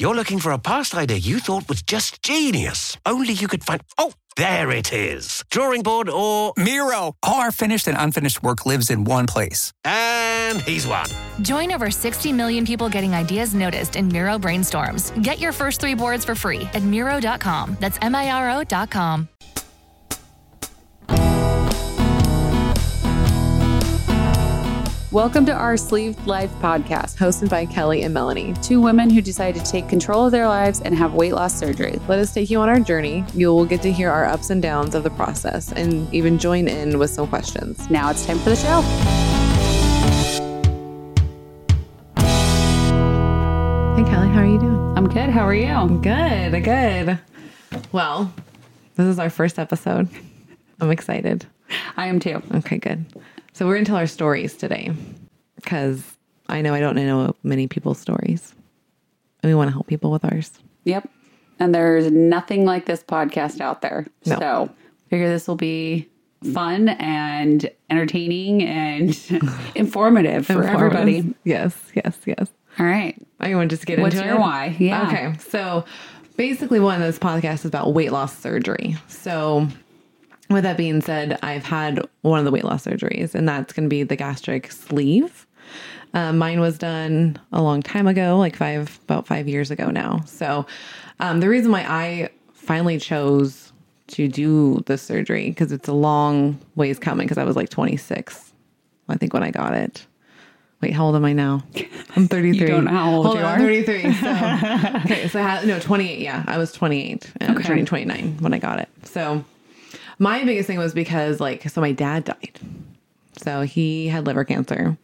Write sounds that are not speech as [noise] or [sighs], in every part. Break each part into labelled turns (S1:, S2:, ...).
S1: you're looking for a past idea you thought was just genius. Only you could find. Oh, there it is. Drawing board or.
S2: Miro! All our finished and unfinished work lives in one place.
S1: And he's won.
S3: Join over 60 million people getting ideas noticed in Miro brainstorms. Get your first three boards for free at Miro.com. That's M I R O.com.
S4: Welcome to our Sleeved Life podcast, hosted by Kelly and Melanie, two women who decided to take control of their lives and have weight loss surgery.
S5: Let us take you on our journey. You will get to hear our ups and downs of the process and even join in with some questions.
S4: Now it's time for the show.
S5: Hey, Kelly, how are you doing?
S4: I'm good. How are you?
S5: Good, good. Well, this is our first episode. I'm excited.
S4: I am too.
S5: Okay, good. So we're going to tell our stories today because I know I don't know many people's stories. And we want to help people with ours.
S4: Yep. And there's nothing like this podcast out there.
S5: No.
S4: So figure this will be fun and entertaining [laughs] and informative for everybody.
S5: Yes, yes, yes.
S4: All right.
S5: I want to just get
S4: What's
S5: into
S4: your
S5: it?
S4: why? Yeah.
S5: Okay. So basically, one of those podcasts is about weight loss surgery. So, with that being said, I've had one of the weight loss surgeries, and that's going to be the gastric sleeve. Uh, mine was done a long time ago, like five, about five years ago now. So, um, the reason why I finally chose to do the surgery because it's a long ways coming because I was like 26, I think, when I got it. Wait, how old am I now?
S4: [laughs]
S5: I'm 33.
S4: don't know how old
S5: Hold
S4: you
S5: on,
S4: are.
S5: I'm
S4: [laughs]
S5: 33. So, okay, so I had, no, 28. Yeah, I was 28 and
S4: Okay.
S5: turning 29 when I got it. So my biggest thing was because, like, so my dad died. So he had liver cancer.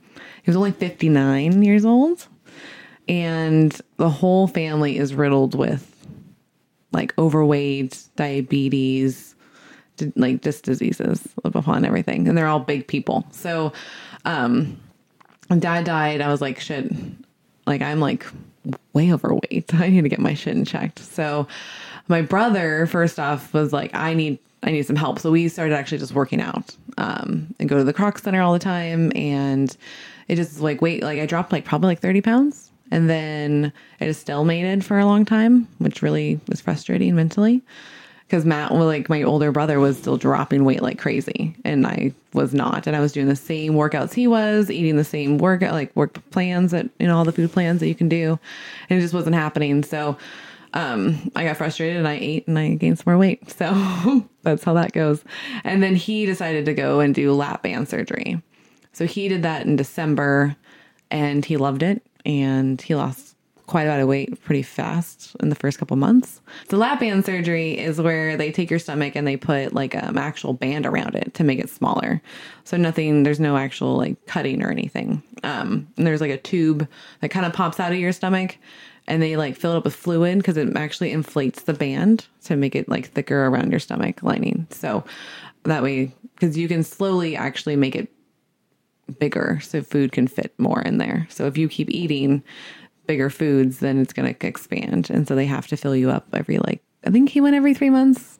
S5: He was only 59 years old. And the whole family is riddled with like overweight, diabetes, di- like just diseases upon everything. And they're all big people. So, um, when dad died, I was like, shit, like I'm like way overweight. [laughs] I need to get my shit checked. So my brother, first off, was like, I need I need some help. So we started actually just working out um, and go to the Croc Center all the time. And it just like weight, like I dropped like probably like 30 pounds. And then it is stalemated for a long time, which really was frustrating mentally because Matt, well, like my older brother, was still dropping weight like crazy, and I was not, and I was doing the same workouts he was, eating the same work like work plans that you know all the food plans that you can do, and it just wasn't happening. So, um, I got frustrated and I ate and I gained some more weight. [laughs] So that's how that goes. And then he decided to go and do lap band surgery. So he did that in December, and he loved it, and he lost quite a lot of weight pretty fast in the first couple months. The lap band surgery is where they take your stomach and they put like an actual band around it to make it smaller. So nothing, there's no actual like cutting or anything. Um, and there's like a tube that kind of pops out of your stomach and they like fill it up with fluid because it actually inflates the band to make it like thicker around your stomach lining. So that way, because you can slowly actually make it bigger so food can fit more in there. So if you keep eating bigger foods, then it's going to expand. And so they have to fill you up every, like, I think he went every three months.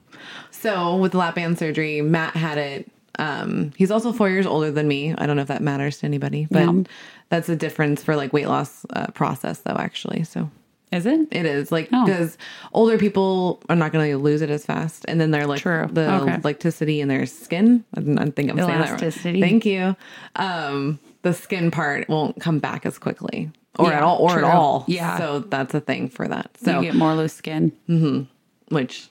S5: So with the lap band surgery, Matt had it. Um, he's also four years older than me. I don't know if that matters to anybody, but
S4: No.
S5: that's a difference for like weight loss uh, process though, actually. So
S4: Is it?
S5: it is like
S4: Oh.
S5: because older people are not going to lose it as fast, and then they're like
S4: True.
S5: the
S4: Okay.
S5: elasticity in their skin. I don't- I don't think I'm saying
S4: Elasticity.
S5: that right. Thank you. Um, the skin part won't come back as quickly, or
S4: Yeah,
S5: at all, or
S4: true.
S5: at all.
S4: Yeah.
S5: So that's a thing for that.
S4: So
S5: So
S4: you get more loose skin.
S5: which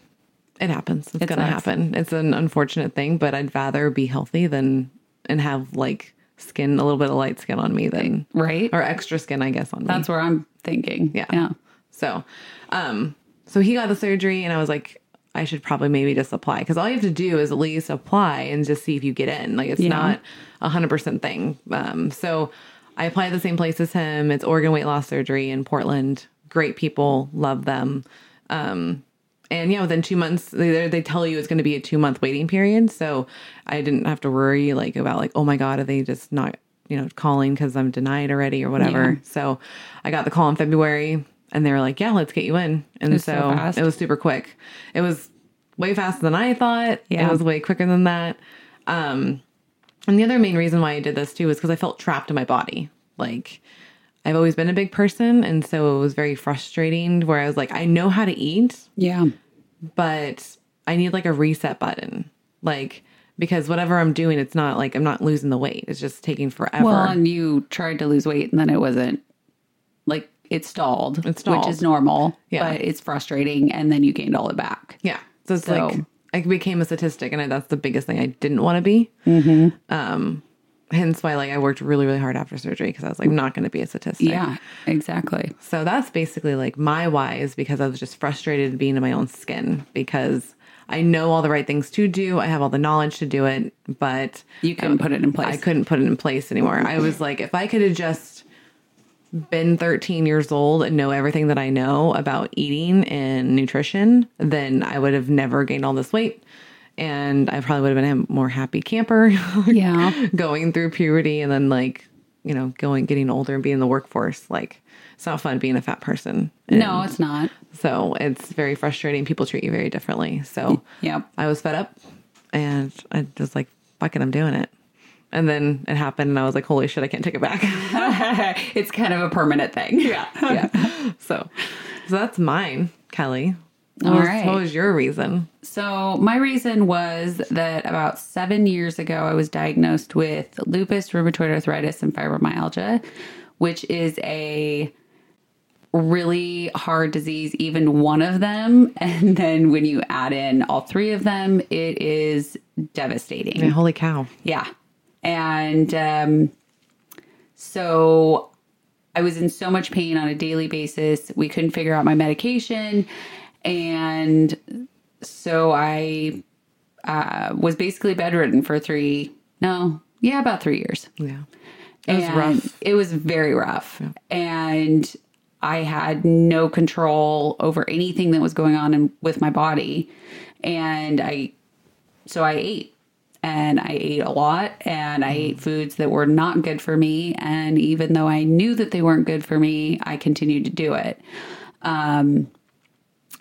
S5: it happens. It's, gonna
S4: nice.
S5: happen. It's an unfortunate thing, but I'd rather be healthy than and have like skin a little bit of light skin on me than
S4: Right?
S5: or extra skin, I guess, on me.
S4: That's where I'm thinking.
S5: Yeah.
S4: Yeah.
S5: So, um, so he got the surgery, and I was like, I should probably maybe just apply because all you have to do is at least apply and just see if you get in. Like it's
S4: Yeah.
S5: not a hundred percent thing. Um, so I applied at the same place as him. It's Oregon Weight Loss Surgery in Portland. Great people, love them. Um, and yeah, within two months, they they tell you it's going to be a two month waiting period. So I didn't have to worry like about like oh my god, are they just not you know calling because I'm denied already or whatever. So I got the call in February, and they were like, yeah, let's get you in. And
S6: was so
S5: so
S6: fast.
S5: it was super quick. It was way faster than I thought.
S6: Yeah.
S5: It was way quicker than that. Um, and the other main reason why I did this too is because I felt trapped in my body. Like I've always been a big person, and so it was very frustrating. Where I was like, I know how to eat,
S4: Yeah.
S5: but I need like a reset button, like because whatever I'm doing, it's not like I'm not losing the weight. It's just taking forever.
S4: Well, and you tried to lose weight and then it wasn't like it stalled,
S5: It stalled.
S4: which is normal,
S5: Yeah.
S4: but it's frustrating. And then you gained all it back.
S5: Yeah. So it's
S4: So-
S5: like I became a statistic, and I, that's the biggest thing I didn't want to be. Mm-hmm. Um, hence why like I worked really, really hard after surgery because I was like, I'm not going to be a statistic.
S4: Yeah, exactly.
S5: So that's basically like my why is because I was just frustrated being in my own skin because I know all the right things to do. I have all the knowledge to do it, but
S4: You couldn't put it in place.
S5: I couldn't put it in place anymore. I was like, if I could have just been 13 years old and know everything that I know about eating and nutrition, then I would have never gained all this weight. And I probably would have been a more happy camper [laughs]
S4: Yeah.
S5: going through puberty and then like, you know, going, getting older and being in the workforce. Like, it's not fun being a fat person.
S4: No, it's not.
S5: So it's very frustrating. People treat you very differently. So
S4: Yep.
S5: I was fed up and I was like, fuck it, I'm doing it. And then it happened and I was like, holy shit, I can't take it back. [laughs]
S4: it's kind of a permanent thing. Yeah. yeah.
S5: so, so that's mine, Kelly. What
S4: All
S5: was,
S4: right.
S5: What was your reason?
S4: So, my reason was that about seven years ago, I was diagnosed with lupus, rheumatoid arthritis, and fibromyalgia, which is a really hard disease, even one of them. [laughs] And then when you add in all three of them, it is devastating.
S5: Yeah, holy cow.
S4: Yeah. And um, so I was in so much pain on a daily basis. We couldn't figure out my medication. And so I uh, was basically bedridden for three, no, yeah, about three years.
S5: Yeah. It was
S4: And
S5: rough.
S4: It was very rough. And I had no control over anything that was going on in, with my body. And I, so I ate and I ate a lot and I ate foods that were not good for me. And even though I knew that they weren't good for me, I continued to do it. Um,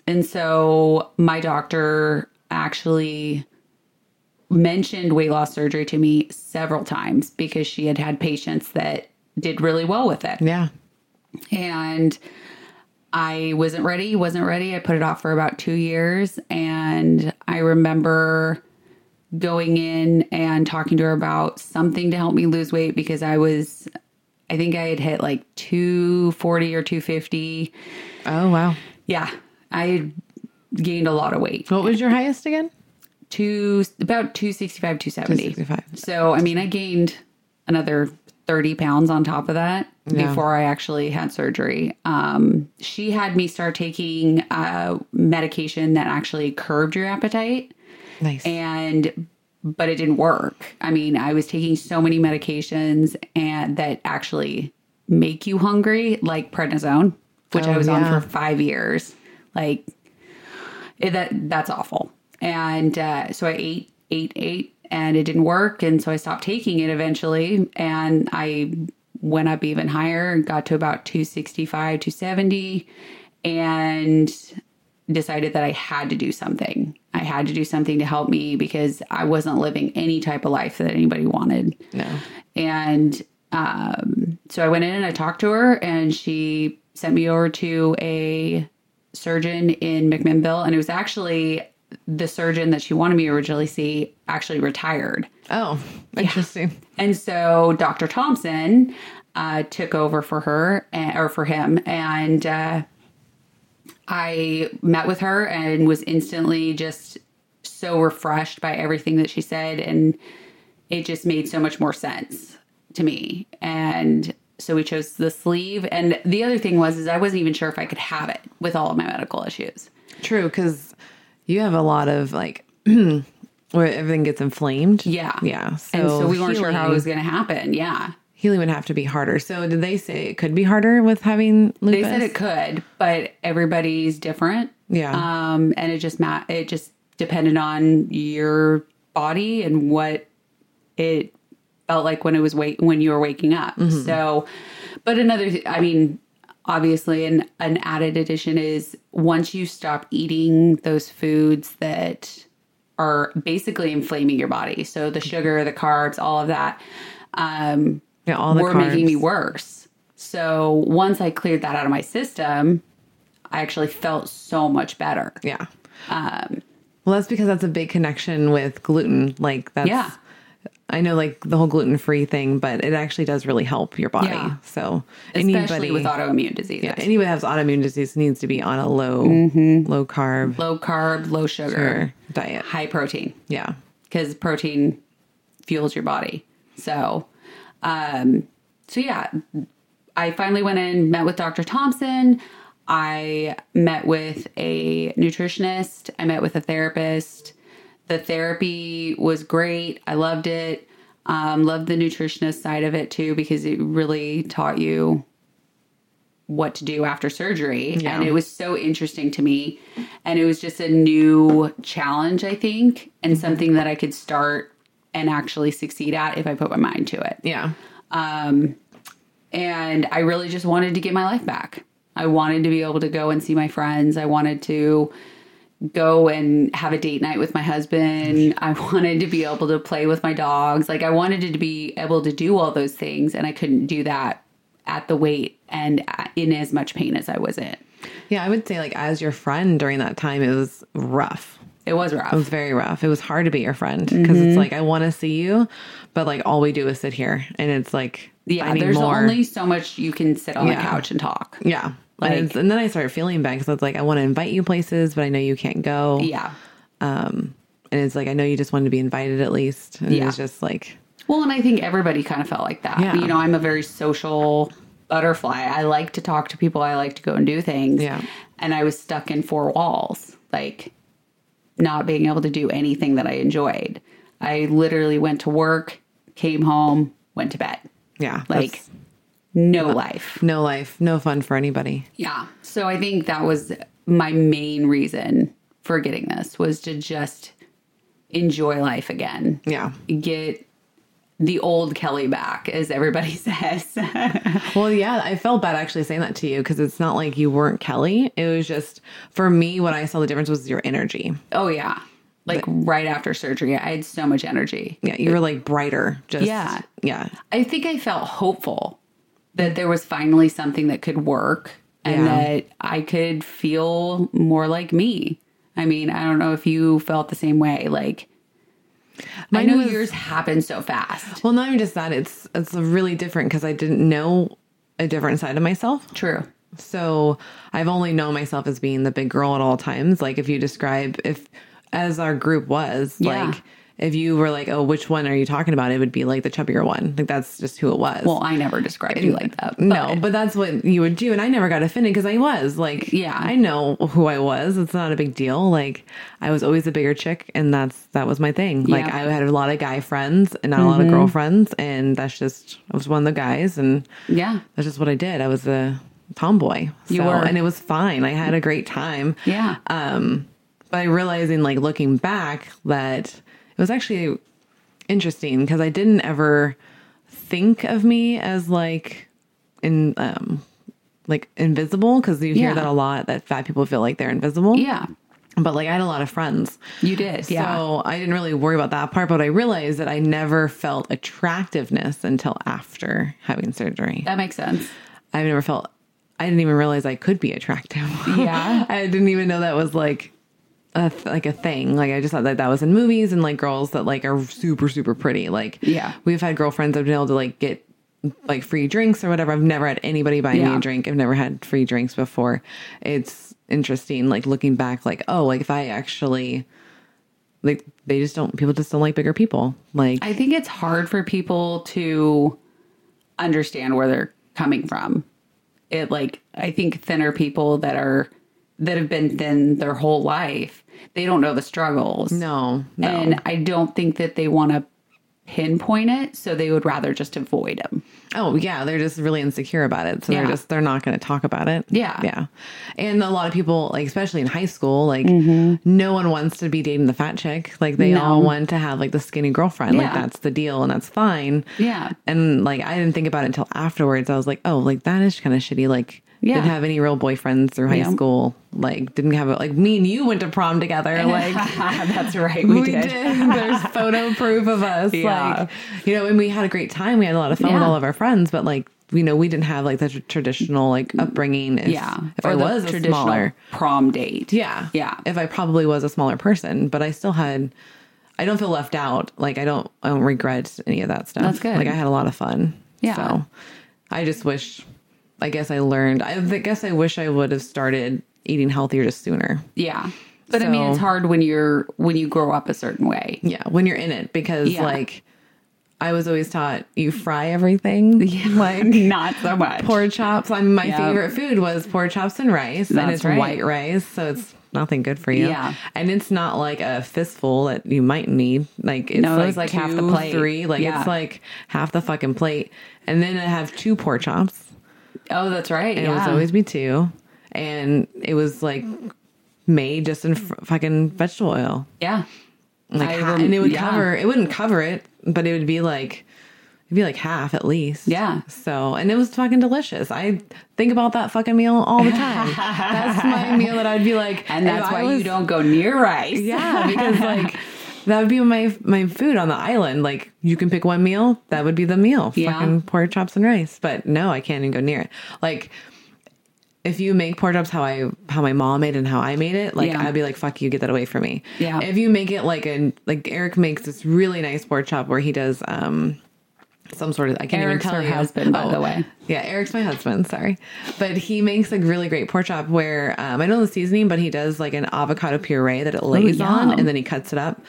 S4: and so my doctor actually mentioned weight loss surgery to me several times because she had had patients that did really well with it.
S5: Yeah.
S4: And I wasn't ready, wasn't ready. I put it off for about two years. And I remember going in and talking to her about something to help me lose weight because I was, I think I had hit like 240 or 250.
S5: Oh, wow.
S4: Yeah, I had gained a lot of weight.
S5: What was your highest again?
S4: two about 265 270
S5: 265.
S4: so i mean i gained another 30 pounds on top of that before i actually had surgery um, she had me start taking uh, medication that actually curbed your appetite
S5: Nice.
S4: and but it didn't work i mean i was taking so many medications and that actually make you hungry like prednisone which i
S5: Oh,
S4: was
S5: yeah.
S4: on for five years like it- that that's awful and uh, so i ate ate ate and it didn't work and so i stopped taking it eventually and i went up even higher and got to about 265 270 and decided that i had to do something i had to do something to help me because i wasn't living any type of life that anybody wanted
S5: no.
S4: and um, so I went in and I talked to her, and she sent me over to a surgeon in McMinnville. And it was actually the surgeon that she wanted me to originally see actually retired.
S5: Oh, interesting.
S4: And so Dr. Thompson uh, took over for her and, or for him. And uh, I met with her and was instantly just so refreshed by everything that she said. And it just made so much more sense to me. And so we chose the sleeve. And the other thing was, is I wasn't even sure if I could have it with all of my medical issues.
S5: True, because you have a lot of like [clears throat] where everything gets inflamed.
S4: Yeah.
S5: Yeah.
S4: and so we weren't sure how it
S5: healing-
S4: was going to happen. Yeah.
S5: healing would have to be harder. So did they say it could be harder with having
S4: They
S5: lupus?
S4: said it could, but everybody's different.
S5: Yeah.
S4: Um, and it just ma- it just depended on your body and what it felt like when it was wake when you were waking up. So, but another, th- I mean, obviously, an an added addition is once you stop eating those foods that are basically inflaming your body. So the sugar, the carbs, all of that. Um,
S5: Yeah, all the
S4: were
S5: carbs.
S4: making me worse. So once I cleared that out of my system, I actually felt so much better.
S5: Yeah. Um, well, that's because that's a big connection with gluten. Like that's
S4: Yeah.
S5: I know like the whole gluten free thing, but it actually does really help your body.
S4: Yeah.
S5: So
S4: especially
S5: anybody
S4: with autoimmune disease.
S5: yeah, anybody that has autoimmune disease needs to be on a low
S4: Mm-hmm.
S5: low carb
S4: Low carb, low sugar,
S5: or diet.
S4: high protein
S5: Yeah.
S4: because protein fuels your body. So, um, so yeah, I finally went in, met with Dr. Thompson. I met with a nutritionist. I met with a therapist. The therapy was great. I loved it. Um, loved the nutritionist side of it too because it really taught you what to do after surgery. And it was so interesting to me. And it was just a new challenge, I think, and something that I could start and actually succeed at if I put my mind to it
S5: Yeah.
S4: and I really just wanted to get my life back. I wanted to be able to go and see my friends. I wanted to go and have a date night with my husband. I [laughs] wanted to be able to play with my dogs. Like I wanted to be able to do all those things and I couldn't do that at the weight and in as much pain as I was in.
S5: Yeah, I would say like as your friend during that time it was rough.
S4: It was rough.
S5: It was very rough. It was hard to be your friend because it's
S4: Mm-hmm.
S5: like I want to see you, but like all we do is sit here, and it's like
S4: yeah,
S5: I need
S4: there's
S5: more.
S4: only so much you can sit on the
S5: Yeah.
S4: couch and talk.
S5: yeah.
S4: like-
S5: and, it's- and then I started feeling bad because it's like I want to invite you places, but I know you can't go. Um,
S4: Yeah.
S5: and it's like I know you just wanted to be invited at least. And
S4: Yeah.
S5: it's just like
S4: Well, and I think everybody kind of felt like that.
S5: Yeah.
S4: You know, I'm a very social butterfly. I like to talk to people. I like to go and do things.
S5: Yeah.
S4: And I was stuck in four walls, like not being able to do anything that I enjoyed. I literally went to work, came home, went to bed.
S5: yeah,
S4: Like
S5: that's
S4: no life.
S5: no life, no fun for anybody.
S4: Yeah. So I think that was my main reason for getting this was to just enjoy life again
S5: Yeah.
S4: get the old Kelly back, as everybody [laughs] says.
S5: Well, yeah, I felt bad actually saying that to you because it's not like you weren't Kelly. It was just for me what I saw the difference was your energy.
S4: oh, yeah. Like right after surgery, I had so much energy.
S5: Yeah, you were like brighter. Just
S4: Yeah.
S5: yeah.
S4: I think I felt hopeful that there was finally something that could work and
S5: Yeah.
S4: that I could feel more like me. I mean, I don't know if you felt the same way. Like, I
S5: Mine
S4: know
S5: was-
S4: yours happened so fast.
S5: Well, not even just that. It's it's really different because I didn't know a different side of myself.
S4: True.
S5: So I've only known myself as being the big girl at all times. Like if you describe if as our group was
S4: Yeah.
S5: like. If you were like, oh, which one are you talking about? It would be like the chubbier one. Like that's just who it was.
S4: Well, I never described you like that.
S5: no, but that's what you would do. And I never got offended because I was like,
S4: Yeah.
S5: I know who I was. It's not a big deal. Like I was always a bigger chick, and that's that was my thing. Like
S4: Yeah. Mm-hmm.
S5: I had a lot of guy friends and not a lot of girlfriends, and that's just I was one of the guys, and
S4: Yeah.
S5: that's just what I did. I was a tomboy.
S4: You
S5: So-
S4: were.
S5: and it was fine. I had a great time.
S4: Yeah.
S5: But I realizing like looking back that it was actually interesting because I didn't ever think of me as like in um like invisible because you hear
S4: Yeah.
S5: that a lot that fat people feel like they're invisible.
S4: yeah.
S5: But like I had a lot of friends.
S4: You did. Yeah.
S5: So I didn't really worry about that part, but I realized that I never felt attractiveness until after having surgery.
S4: that makes sense.
S5: I've never felt. I didn't even realize I could be attractive.
S4: Yeah.
S5: [laughs] I didn't even know that was like a th- like a thing. Like I just thought that that was in movies and like girls that like are super super pretty. Like
S4: Yeah.
S5: we've had girlfriends I've been able to like get like free drinks or whatever. I've never had anybody buy me
S4: Yeah.
S5: a drink. I've never had free drinks before. It's interesting. Like looking back, like oh, like if I actually like they just don't people just don't like bigger people. Like
S4: I think it's hard for people to understand where they're coming from. It like I think thinner people that are that have been thin their whole life, they don't know the struggles.
S5: No, no.
S4: And I don't think that they want to pinpoint it. So they would rather just avoid [laughs] them.
S5: Oh yeah, they're just really insecure about it. So
S4: Yeah.
S5: they're just they're not going to talk about it.
S4: Yeah.
S5: yeah. And a lot of people, like especially in high school, like
S4: Mm-hmm.
S5: no one wants to be dating the fat chick. Like they all want to have like the skinny girlfriend. Like
S4: Yeah.
S5: that's the deal, and that's fine.
S4: Yeah.
S5: And like I didn't think about it until afterwards. I was like, oh, like that is kind of shitty. Like
S4: Yeah.
S5: didn't have any real boyfriends through high
S4: Yeah.
S5: school. Like didn't have a, like me and you went to
S4: [laughs]
S5: prom together. Like.
S4: That's right. We, did. [laughs]
S5: There's photo proof of us.
S4: Yeah.
S5: Like, you know, and we had a great time. We had a lot of fun with
S4: Yeah.
S5: all of our friends, but like, you know, we didn't have like the tr- traditional like upbringing. If,
S4: Mm. Yeah.
S5: If I was a smaller.
S4: prom date.
S5: Yeah.
S4: Yeah.
S5: If I probably was a smaller person, but I still had, I don't feel left out. Like I don't, I don't regret any of that stuff.
S4: That's good.
S5: Like I had a lot of fun.
S4: Yeah.
S5: So I just wish, I guess I learned, I th- guess I wish I would have started eating healthier just sooner.
S4: Yeah. But I mean,
S5: So-
S4: it's hard when you're when you grow up a certain way.
S5: Yeah, when you're in it, because
S4: Yeah.
S5: like I was always taught you fry everything. [laughs]
S4: [laughs]
S5: Like
S4: Not so much.
S5: pork chops. I'm my
S4: Yep.
S5: favorite food was pork chops and rice, and
S4: That's
S5: it's
S4: right.
S5: white rice, so it's nothing good for you.
S4: Yeah.
S5: and it's not like a fistful that you might need. Like it's
S4: No,
S5: like,
S4: it's like half the
S5: two,
S4: plate.
S5: three. Like
S4: Yeah.
S5: it's like half the fucking plate, and then I have two pork chops.
S4: oh, that's right.
S5: And
S4: yeah.
S5: it was always be two, and it was like made just in fr- fucking vegetable oil
S4: yeah.
S5: like
S4: I
S5: ha-
S4: rem-
S5: and it would
S4: yeah.
S5: cover it wouldn't cover it but it would be like it'd be like half at least
S4: Yeah.
S5: so and it was fucking delicious i think about that fucking meal
S4: [laughs]
S5: all the time that's my meal that i'd be like
S4: And that's
S5: if I
S4: why you
S5: was-
S4: don't go near [laughs] rice.
S5: yeah because like that would be my my food on the island like you can pick one meal that would be the meal
S4: Yeah.
S5: fucking pork chops and rice but no i can't even go near it like if you make pork chops how I how my mom made and how I made it, like
S4: Yeah.
S5: I'd be like, "Fuck you, get that away from me."
S4: Yeah.
S5: If you make it like a like Eric makes this really nice pork chop where he does um some sort of I can't
S4: Eric's
S5: even tell
S4: her
S5: you. Oh.
S4: husband, by the way.
S5: Yeah, Eric's my husband. Sorry, but he makes like really great pork chop where um, I don't know the seasoning, but he does like an avocado puree that it lays on,
S4: yum.
S5: and then he cuts it up,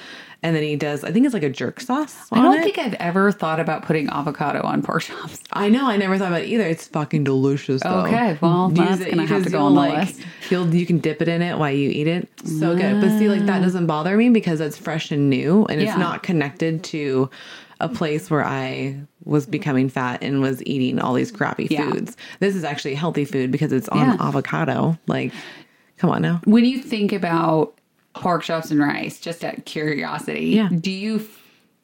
S5: and then he does. I think it's like a jerk sauce.
S4: I
S5: on
S4: don't
S5: it.
S4: think I've ever thought about putting avocado on pork chops.
S5: I know. I never thought about it either. It's fucking delicious. Though.
S4: Okay, well,
S5: Use
S4: that's
S5: it
S4: gonna have
S5: because
S4: to go
S5: you'll,
S4: on the
S5: like,
S4: list.
S5: You'll you can dip it in it while you eat it. So good. But see, like that doesn't bother me because it's fresh and new, and
S4: Ah. Yeah.
S5: it's not connected to a place where I was becoming fat and was eating all these crappy
S4: Yeah.
S5: foods. This is actually healthy food because it's on
S4: Yeah.
S5: avocado. Like, come on now.
S4: When you think about pork chops and rice, just out of curiosity,
S5: Yeah.
S4: do you f-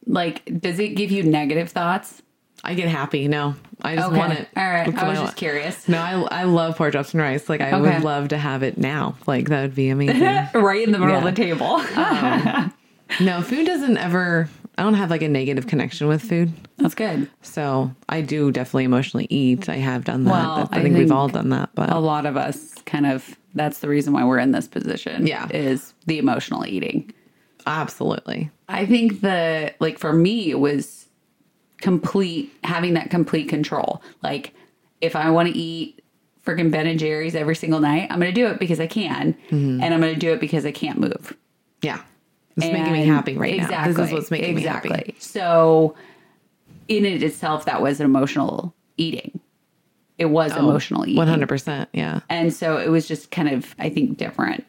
S4: like, does it give you negative thoughts?
S5: I get happy. No, I just
S4: Okay.
S5: want it.
S4: All right.
S5: That's
S4: I
S5: what
S4: was
S5: want.
S4: just curious.
S5: No, I, I love pork chops and rice. Like I
S4: Okay.
S5: would love to have it now. Like that would be
S4: [laughs]
S5: amazing.
S4: right in the middle
S5: Yeah. Ah,
S4: of the
S5: [laughs]
S4: table.
S5: No, food doesn't ever. I don't have like a negative connection with food,
S4: that's good.
S5: so I do definitely emotionally eat. I have done that.
S4: Well,
S5: That's- I,
S4: I
S5: think, we've
S4: think
S5: all done that, but
S4: A lot of us kind of, that's the reason why we're in this position.
S5: Yeah.
S4: Is the emotional eating.
S5: absolutely,
S4: I think the like for me it was complete having that complete control. Like if I want to eat freaking Ben and Jerry's every single night, I'm going to do it because I can, and I'm going to do it because I can't move.
S5: yeah, Mm-hmm. it's making me
S4: And-
S5: happy right now. This is what's making
S4: exactly.
S5: me happy.
S4: So in it itself, that was emotional eating. It was emotional eating.
S5: Oh, One hundred percent, yeah.
S4: And so it was just kind of I think different.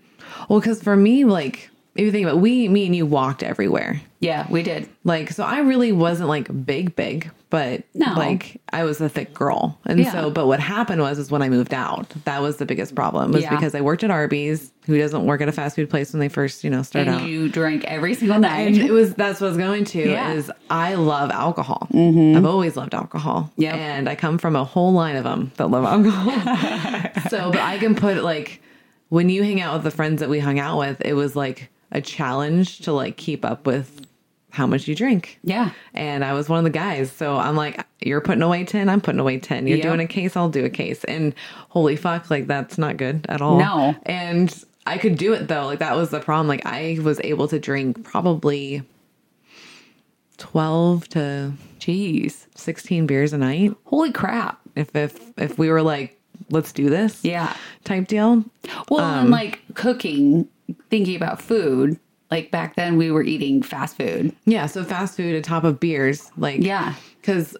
S5: Well, because for me, like if you think about, it, we, me, and you walked everywhere.
S4: Yeah, we did.
S5: Like, so I really wasn't like big, big, but
S4: No.
S5: like I was a thick girl. And
S4: Yeah.
S5: so, but what happened was, is when I moved out, that was the biggest problem was
S4: Yeah.
S5: because I worked at Arby's, who doesn't work at a fast food place when they first, you know, start out.
S4: And you drank every single night.
S5: And it was that's what I was going to
S4: Yeah. Mm-hmm.
S5: is I love alcohol. I've always loved alcohol.
S4: Yep.
S5: and I come from a whole line of them that love
S4: [laughs]
S5: alcohol. so, but I can put like when you hang out with the friends that we hung out with, it was like a challenge to like keep up with how much you drink.
S4: yeah.
S5: And I was one of the guys. So I'm like, you're putting away 10, I'm putting away 10. You're
S4: Yep.
S5: doing a case, I'll do a case. And holy fuck, like that's not good at all.
S4: No.
S5: And I could do it though. Like that was the problem. Like I was able to drink probably 12 to
S4: Jeez.
S5: 16 beers a night
S4: Holy crap.
S5: if if if we were like, let's do this.
S4: Yeah.
S5: Type deal.
S4: Well,
S5: Um,
S4: and like cooking, thinking about food, like back then we were eating fast food.
S5: Yeah, so fast food on top of beers, like
S4: Yeah.
S5: because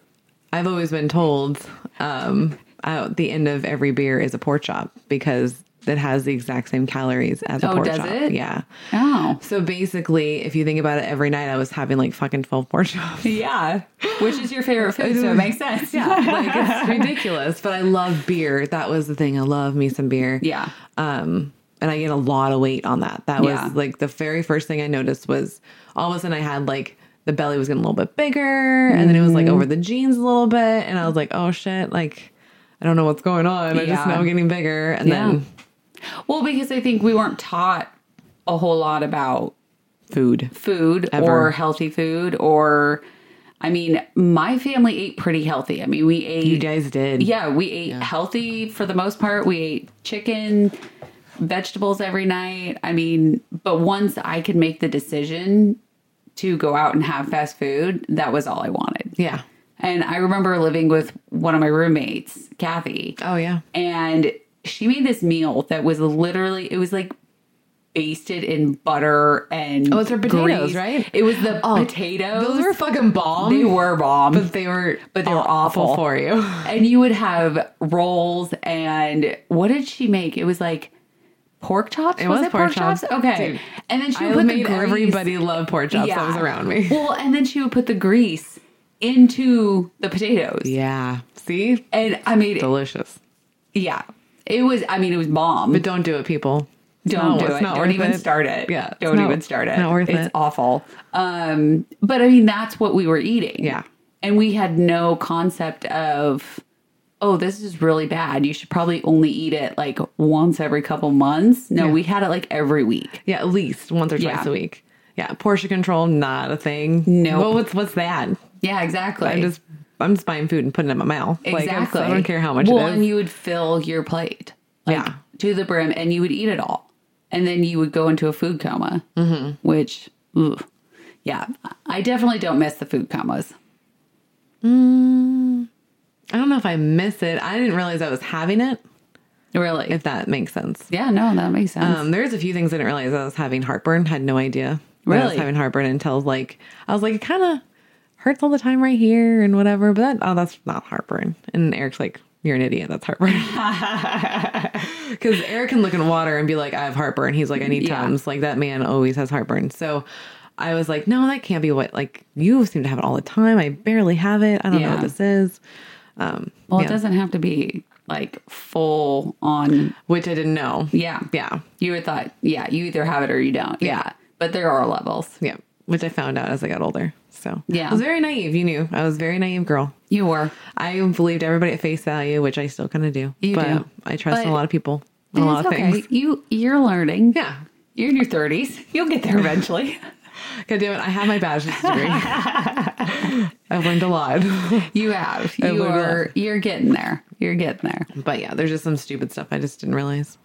S5: I've always been told um, at the end of every beer is a pork chop because that has the exact same calories as a
S4: Oh,
S5: pork
S4: does
S5: chop.
S4: it?
S5: Yeah.
S4: Oh.
S5: So basically, if you think about it, every night I was having like fucking 12 pork chops. [laughs]
S4: Yeah. Which is your favorite food, so it makes sense. Yeah.
S5: like
S4: [laughs]
S5: it's ridiculous, but I love beer. That was the thing. I love me some beer.
S4: Yeah.
S5: Um, and I gained a lot of weight on that. That was
S4: Yeah.
S5: like the very first thing I noticed was all of a sudden I had like the belly was getting a little bit bigger and then it was like over the jeans a little bit. And I was like, oh shit, like I don't know what's going on. I
S4: Yeah.
S5: just know I'm getting bigger. And then
S4: Well, because I think we weren't taught a whole lot about
S5: food.
S4: food
S5: Ever.
S4: or healthy food or I mean, my family ate pretty healthy. I mean, we ate
S5: You guys did.
S4: Yeah, we ate healthy for the most part. We ate chicken, vegetables every night. I mean, but once I could make the decision to go out and have fast food, that was all I wanted.
S5: Yeah.
S4: And I remember living with one of my roommates, Kathy,
S5: Oh yeah.
S4: and she made this meal that was literally, it was like basted in butter and
S5: Oh, it's her potatoes,
S4: grease.
S5: right?
S4: It was the
S5: Oh,
S4: potatoes.
S5: Those were fucking bomb.
S4: they were bomb.
S5: but they were
S4: But they were awful.
S5: for
S4: [laughs]
S5: you.
S4: and you would have rolls and what did she make? It was like pork chops.
S5: It was pork chops.
S4: Okay,
S5: Dude,
S4: and then she
S5: I
S4: would put the
S5: made
S4: grease.
S5: everybody love pork chops that was around me.
S4: Well, and then she would put the grease into the potatoes.
S5: [laughs] Yeah. See?
S4: And I mean,
S5: Delicious.
S4: yeah, it was. I mean, it was bomb.
S5: But don't do it, people. It's
S4: don't
S5: not-
S4: do
S5: it's
S4: it.
S5: not
S4: Don't
S5: worth
S4: even start it.
S5: Yeah. it's
S4: Don't
S5: not-
S4: even start it.
S5: Not worth
S4: it's
S5: it.
S4: awful. Um, but I mean, that's what we were eating.
S5: Yeah.
S4: And we had no concept of, oh, this is really bad. You should probably only eat it like once every couple months. No,
S5: Yeah.
S4: we had it like every week.
S5: Yeah, at least once or twice
S4: Yeah.
S5: a week. Yeah. Portion control, not a thing.
S4: Nope.
S5: Well, what's what's that?
S4: Yeah, exactly.
S5: I'm just I'm just buying food and putting it in my mouth. Like, it's-
S4: exactly.
S5: I don't care how much
S4: Well,
S5: it
S4: and
S5: is.
S4: you would fill your plate, like,
S5: Yeah.
S4: to the brim, and you would eat it all, and then you would go into a food coma,
S5: Mm-hmm.
S4: which, ooh, yeah, I definitely don't miss the food comas.
S5: I don't know if I miss it. I didn't realize I was having it,
S4: Really?
S5: if that makes sense.
S4: yeah, no, that makes sense.
S5: Um, there's a few things I didn't realize I was having heartburn. Had no idea that I was
S4: Really?
S5: having heartburn until like I was like it kind of hurts all the time right here and whatever. But that oh that's not heartburn. And Eric's like you're an idiot. That's heartburn. [laughs] Because Eric can look in water and be like I have heartburn. He's like I need
S4: Yeah.
S5: tums. Like that man always has heartburn. So. I was like, no, that can't be what. Like, you seem to have it all the time. I barely have it. I don't know
S4: Yeah.
S5: what this is, Um,
S4: well,
S5: yeah.
S4: it doesn't have to be like full on.
S5: which I didn't know.
S4: Yeah.
S5: yeah,
S4: You would thought, yeah, you either have it or you don't. Yeah. But there are levels.
S5: Yeah, which I found out as I got older. So
S4: Yeah.
S5: I was very naive. You knew I was a very naive girl.
S4: You were.
S5: I believed everybody at face value, which I still kind of do.
S4: You
S5: but
S4: do.
S5: I trust
S4: But
S5: a lot of people, and a lot of things.
S4: You you're learning.
S5: Yeah.
S4: You're in your thirties. You'll get there
S5: [laughs]
S4: eventually.
S5: God damn it! I have my bachelor's degree.
S4: [laughs]
S5: I've learned a lot, [laughs]
S4: you have.
S5: I
S4: You
S5: learned a
S4: are you're getting there. You're getting there.
S5: but yeah, there's just some stupid stuff I just didn't realize.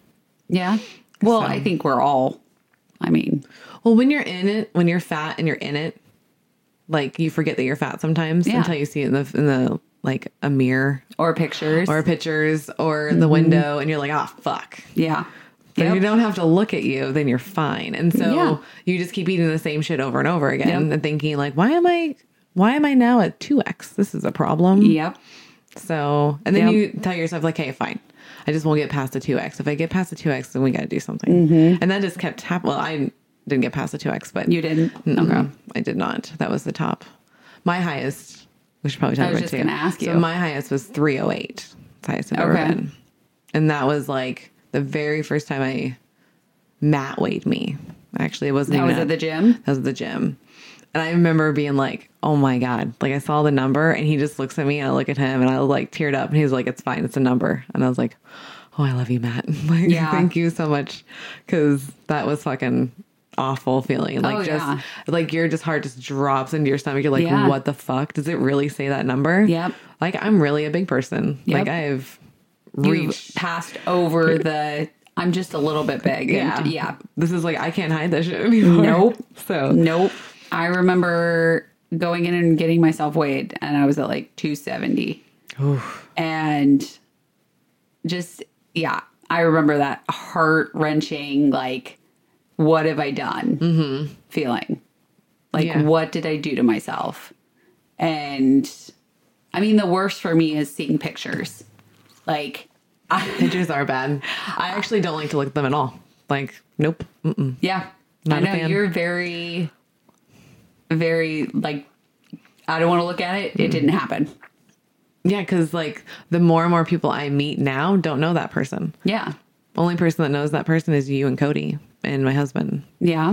S4: Yeah. Well,
S5: So-
S4: I think we're all I mean,
S5: Well, when you're in it, when you're fat and you're in it, like you forget that you're fat sometimes
S4: Yeah.
S5: until you see it in the in the like a mirror
S4: or pictures.
S5: or pictures or
S4: Mm-hmm.
S5: the window, and you're like, ah, fuck.
S4: yeah.
S5: But if
S4: Yep.
S5: you don't have to look at you, then you're fine. And so
S4: Yeah.
S5: you just keep eating the same shit over and over again
S4: Yep.
S5: and thinking like, why am I why am I now at 2x? This is a problem.
S4: Yep.
S5: So, and then
S4: Yep.
S5: you tell yourself like, "Hey, fine. I just won't get past the 2x. If I get past the 2x, then we got to do something." And that just kept happening. Well, I didn't get past the 2x, but
S4: Mm-hmm. You didn't. Mm-hmm.
S5: no, I did not. That was the top. My highest, we should probably talk
S4: I was
S5: about
S4: just
S5: too.
S4: gonna ask
S5: So
S4: you.
S5: my highest was 308. It's the highest I've
S4: Okay.
S5: ever been. And that was like the very first time I Matt weighed me. Actually, it wasn't
S4: That
S5: even
S4: was at the gym?
S5: That was at the gym. And I remember being like, oh my God. Like I saw the number and he just looks at me and I look at him and I like teared up and he's like, it's fine. It's a number. And I was like, oh, I love you, Matt. [laughs] like,
S4: Yeah.
S5: thank you so much. Cause that was fucking awful feeling. Like
S4: Oh,
S5: just
S4: yeah.
S5: like your just heart just drops into your stomach. You're like,
S4: Yeah.
S5: what the fuck? Does it really say that number?
S4: Yep.
S5: Like I'm really a big person.
S4: Yep.
S5: Like I've
S4: You've
S5: reached
S4: passed over the I'm just a little bit big.
S5: yeah. [laughs]
S4: And- yeah.
S5: This is like I can't hide this shit anymore.
S4: Nope.
S5: [laughs] So
S4: Nope. I remember going in and getting myself weighed, and I was at like 270. And just, yeah, I remember that heart wrenching, like, what have I done feeling. Like,
S5: Yeah.
S4: what did I do to myself? And I mean, the worst for me is seeing pictures. Like,
S5: Pictures are bad. I actually don't like to look at them at all. Like, nope. Mm-mm.
S4: Yeah.
S5: Not a
S4: I know
S5: fan.
S4: you're very, very like, I don't want to look at it. It didn't happen.
S5: Yeah, because like the more and more people I meet now don't know that person.
S4: Yeah.
S5: Only person that knows that person is you and Cody and my husband.
S4: Yeah.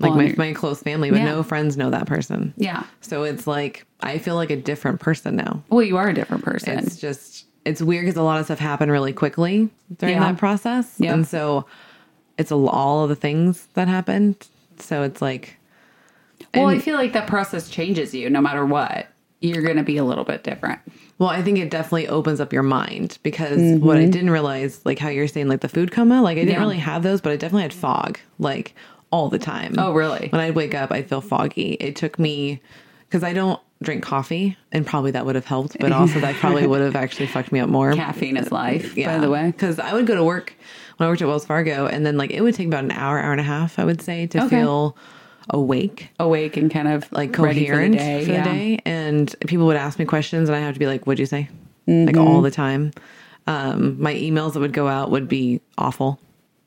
S5: Like
S4: Well,
S5: my,
S4: you're-
S5: my close family, but
S4: Yeah.
S5: no friends know that person.
S4: yeah.
S5: So it's like I feel like a different person now.
S4: Well, you are a different person.
S5: It's just it's weird because a lot of stuff happened really quickly during
S4: Yeah.
S5: that process,
S4: Yeah.
S5: and so it's a- all of the things that happened. So it's like
S4: well, I feel like that process changes you no matter what. You're going to be a little bit different.
S5: Well, I think it definitely opens up your mind because what I didn't realize, like how you're saying, like the food coma, like I didn't
S4: Mm-hmm. Yeah.
S5: really have those, but I definitely had fog, like all the time.
S4: Oh, really?
S5: When I'd wake up, I'd feel foggy. It took me because I don't drink coffee, and probably that would have helped, but also that probably would have
S4: [laughs]
S5: actually fucked me up more.
S4: Caffeine is life, by the way.
S5: because I would go to work when I worked at Wells Fargo, and then like it would take about an hour, hour and a half, I would say, to
S4: Okay.
S5: feel awake
S4: Awake and kind of
S5: like
S4: ready
S5: coherent for the day,
S4: yeah.
S5: and people would ask me questions and i have to be like what'd you say like
S4: Mm-hmm.
S5: all the time um my emails that would go out would be awful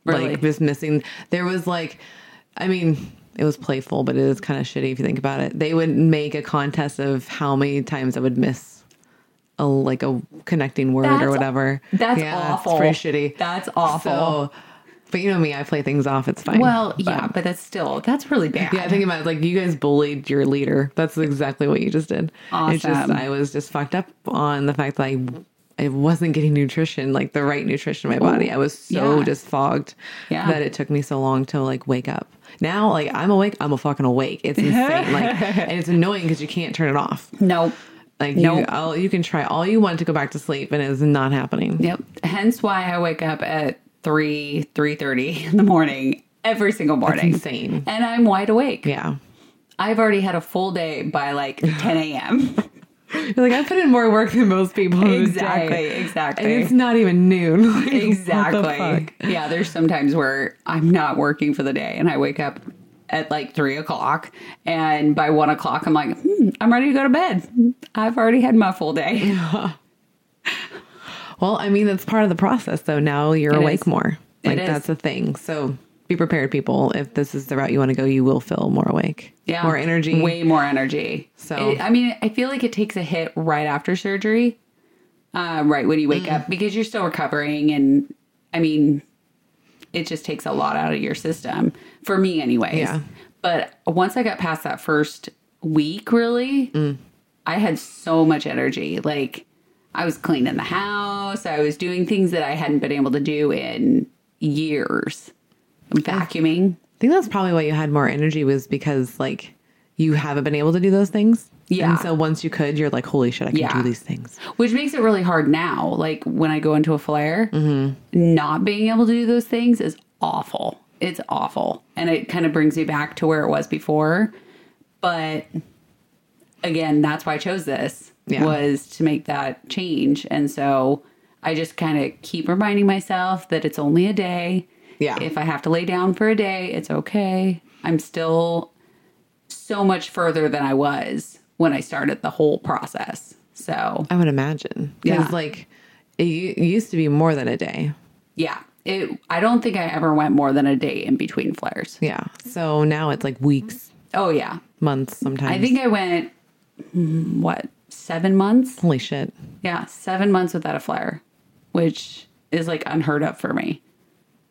S4: Really?
S5: like just missing there was like i mean it was playful but it is kind of shitty if you think about it they would make a contest of how many times i would miss a like a connecting word
S4: That's-
S5: or whatever
S4: That's
S5: Yeah,
S4: awful.
S5: it's pretty shitty
S4: That's awful.
S5: so but you know me i play things off it's fine
S4: well,
S5: But-
S4: yeah, but that's still, that's really bad.
S5: yeah, I think about it, like you guys bullied your leader. That's exactly what you just did. It's just
S4: Awesome.
S5: I was just fucked up on the fact that I I wasn't getting nutrition, like the right nutrition in my body. I was so
S4: yeah.
S5: just fogged
S4: Yeah.
S5: that it took me so long to like wake up. Now, like I'm awake, I'm a fucking awake.
S4: [laughs]
S5: It's insane. like and it's annoying because you can't turn it off.
S4: Nope.
S5: Like you
S4: Nope.
S5: all, you can try all you want to go back to sleep and it's not happening.
S4: Yep. Hence why I wake up at 3, 3.30 in the morning every single morning.
S5: Insane.
S4: And I'm wide awake.
S5: Yeah.
S4: I've already had a full day by [laughs] like 10 a.m.
S5: You're like I put in more work than most people. in a day.
S4: Exactly, exactly.
S5: And it's not even noon. [laughs] Like, what the fuck?
S4: exactly. Yeah, there's sometimes where I'm not working for the day and I wake up at like three o'clock and by one o'clock I'm like, hmm, I'm ready to go to bed. I've already had my full day.
S5: Well, I mean, that's part of the process, though. Now you're
S4: It
S5: awake
S4: is.
S5: more.
S4: It
S5: Like,
S4: is.
S5: that's the thing. So be prepared, people. If this is the route you want to go, you will feel more awake.
S4: Yeah.
S5: More energy.
S4: Way more energy.
S5: So-
S4: It- I mean, I feel like it takes a hit right after surgery, uh, right when you wake up, because you're still recovering. And I mean, it just takes a lot out of your system for me, anyways.
S5: Yeah.
S4: But once I got past that first week, really, I had so much energy. Like, I was cleaning the house, I was doing things that I hadn't been able to do in years, vacuuming.
S5: I think that's probably why you had more energy was because, like, you haven't been able to do those things.
S4: Yeah.
S5: And so once you could, you're like, holy shit, I can
S4: Yeah.
S5: do these things.
S4: which makes it really hard now. Like when I go into a flare, not being able to do those things is awful. It's awful, and it kind of brings me back to where it was before. But again, that's why I chose this
S5: Yeah.
S4: was to make that change, and so I just kind of keep reminding myself that it's only a day.
S5: Yeah.
S4: If I have to lay down for a day, it's okay. I'm still so much further than I was when I started the whole process. So
S5: I would imagine. Because,
S4: Yeah.
S5: like, it u- used to be more than a day.
S4: Yeah. It, I don't think I ever went more than a day in between flares.
S5: Yeah. So now it's like weeks,
S4: Oh, yeah.
S5: months sometimes.
S4: I think I went, mm, what, seven months?
S5: Holy shit.
S4: Yeah, seven months without a flare, which is like unheard of for me.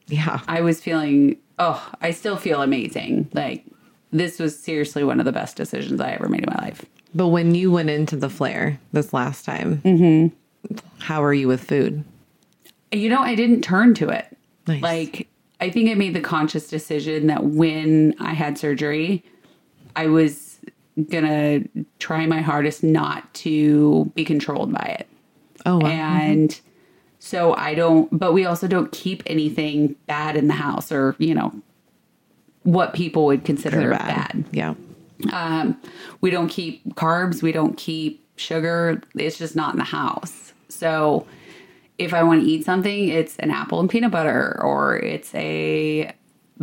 S5: Yeah.
S4: I was feeling, oh, I still feel amazing. Like, this was seriously one of the best decisions I ever made in my life.
S5: But when you went into the flare this last time,
S4: Mm-hmm.
S5: how are you with food?
S4: you know, I didn't turn to it.
S5: Nice.
S4: Like, I think I made the conscious decision that when I had surgery, I was gonna try my hardest not to be controlled by it.
S5: Oh, wow.
S4: And so I don't, but we also don't keep anything bad in the house or, you know, what people would consider
S5: They're
S4: bad.
S5: Yeah.
S4: Um, we don't keep carbs. We don't keep sugar. It's just not in the house. So if I want to eat something, it's an apple and peanut butter, or it's a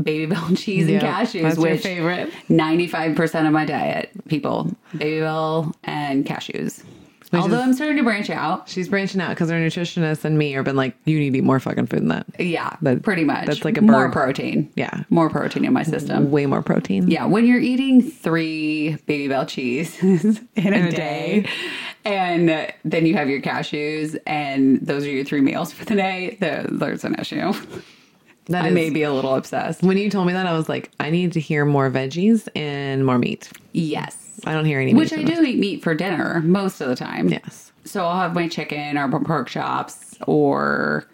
S4: baby [laughs] bell cheese
S5: Yeah,
S4: and cashews,
S5: that's your
S4: which
S5: favorite.
S4: 95% of my diet, people, baby bell and cashews.
S5: Which
S4: Although
S5: is-
S4: I'm starting to branch out.
S5: She's branching out because her nutritionist and me have been like, you need to eat more fucking food than that.
S4: Yeah,
S5: That-
S4: pretty much.
S5: That's like a
S4: more
S5: bird.
S4: protein.
S5: Yeah.
S4: more protein in my system.
S5: Way more protein.
S4: Yeah, when you're eating three baby bell cheeses [laughs] in a,
S5: a
S4: day, and then you have your cashews, and those are your three meals for the day, th- there's an issue.
S5: That
S4: I
S5: is-
S4: may be a little obsessed.
S5: When you told me that, I was like, I need to hear more veggies and more meat.
S4: Yes.
S5: I don't hear any
S4: Which
S5: meat
S4: I
S5: enough.
S4: do eat meat for dinner most of the time.
S5: Yes.
S4: So I'll have my chicken or pork chops or,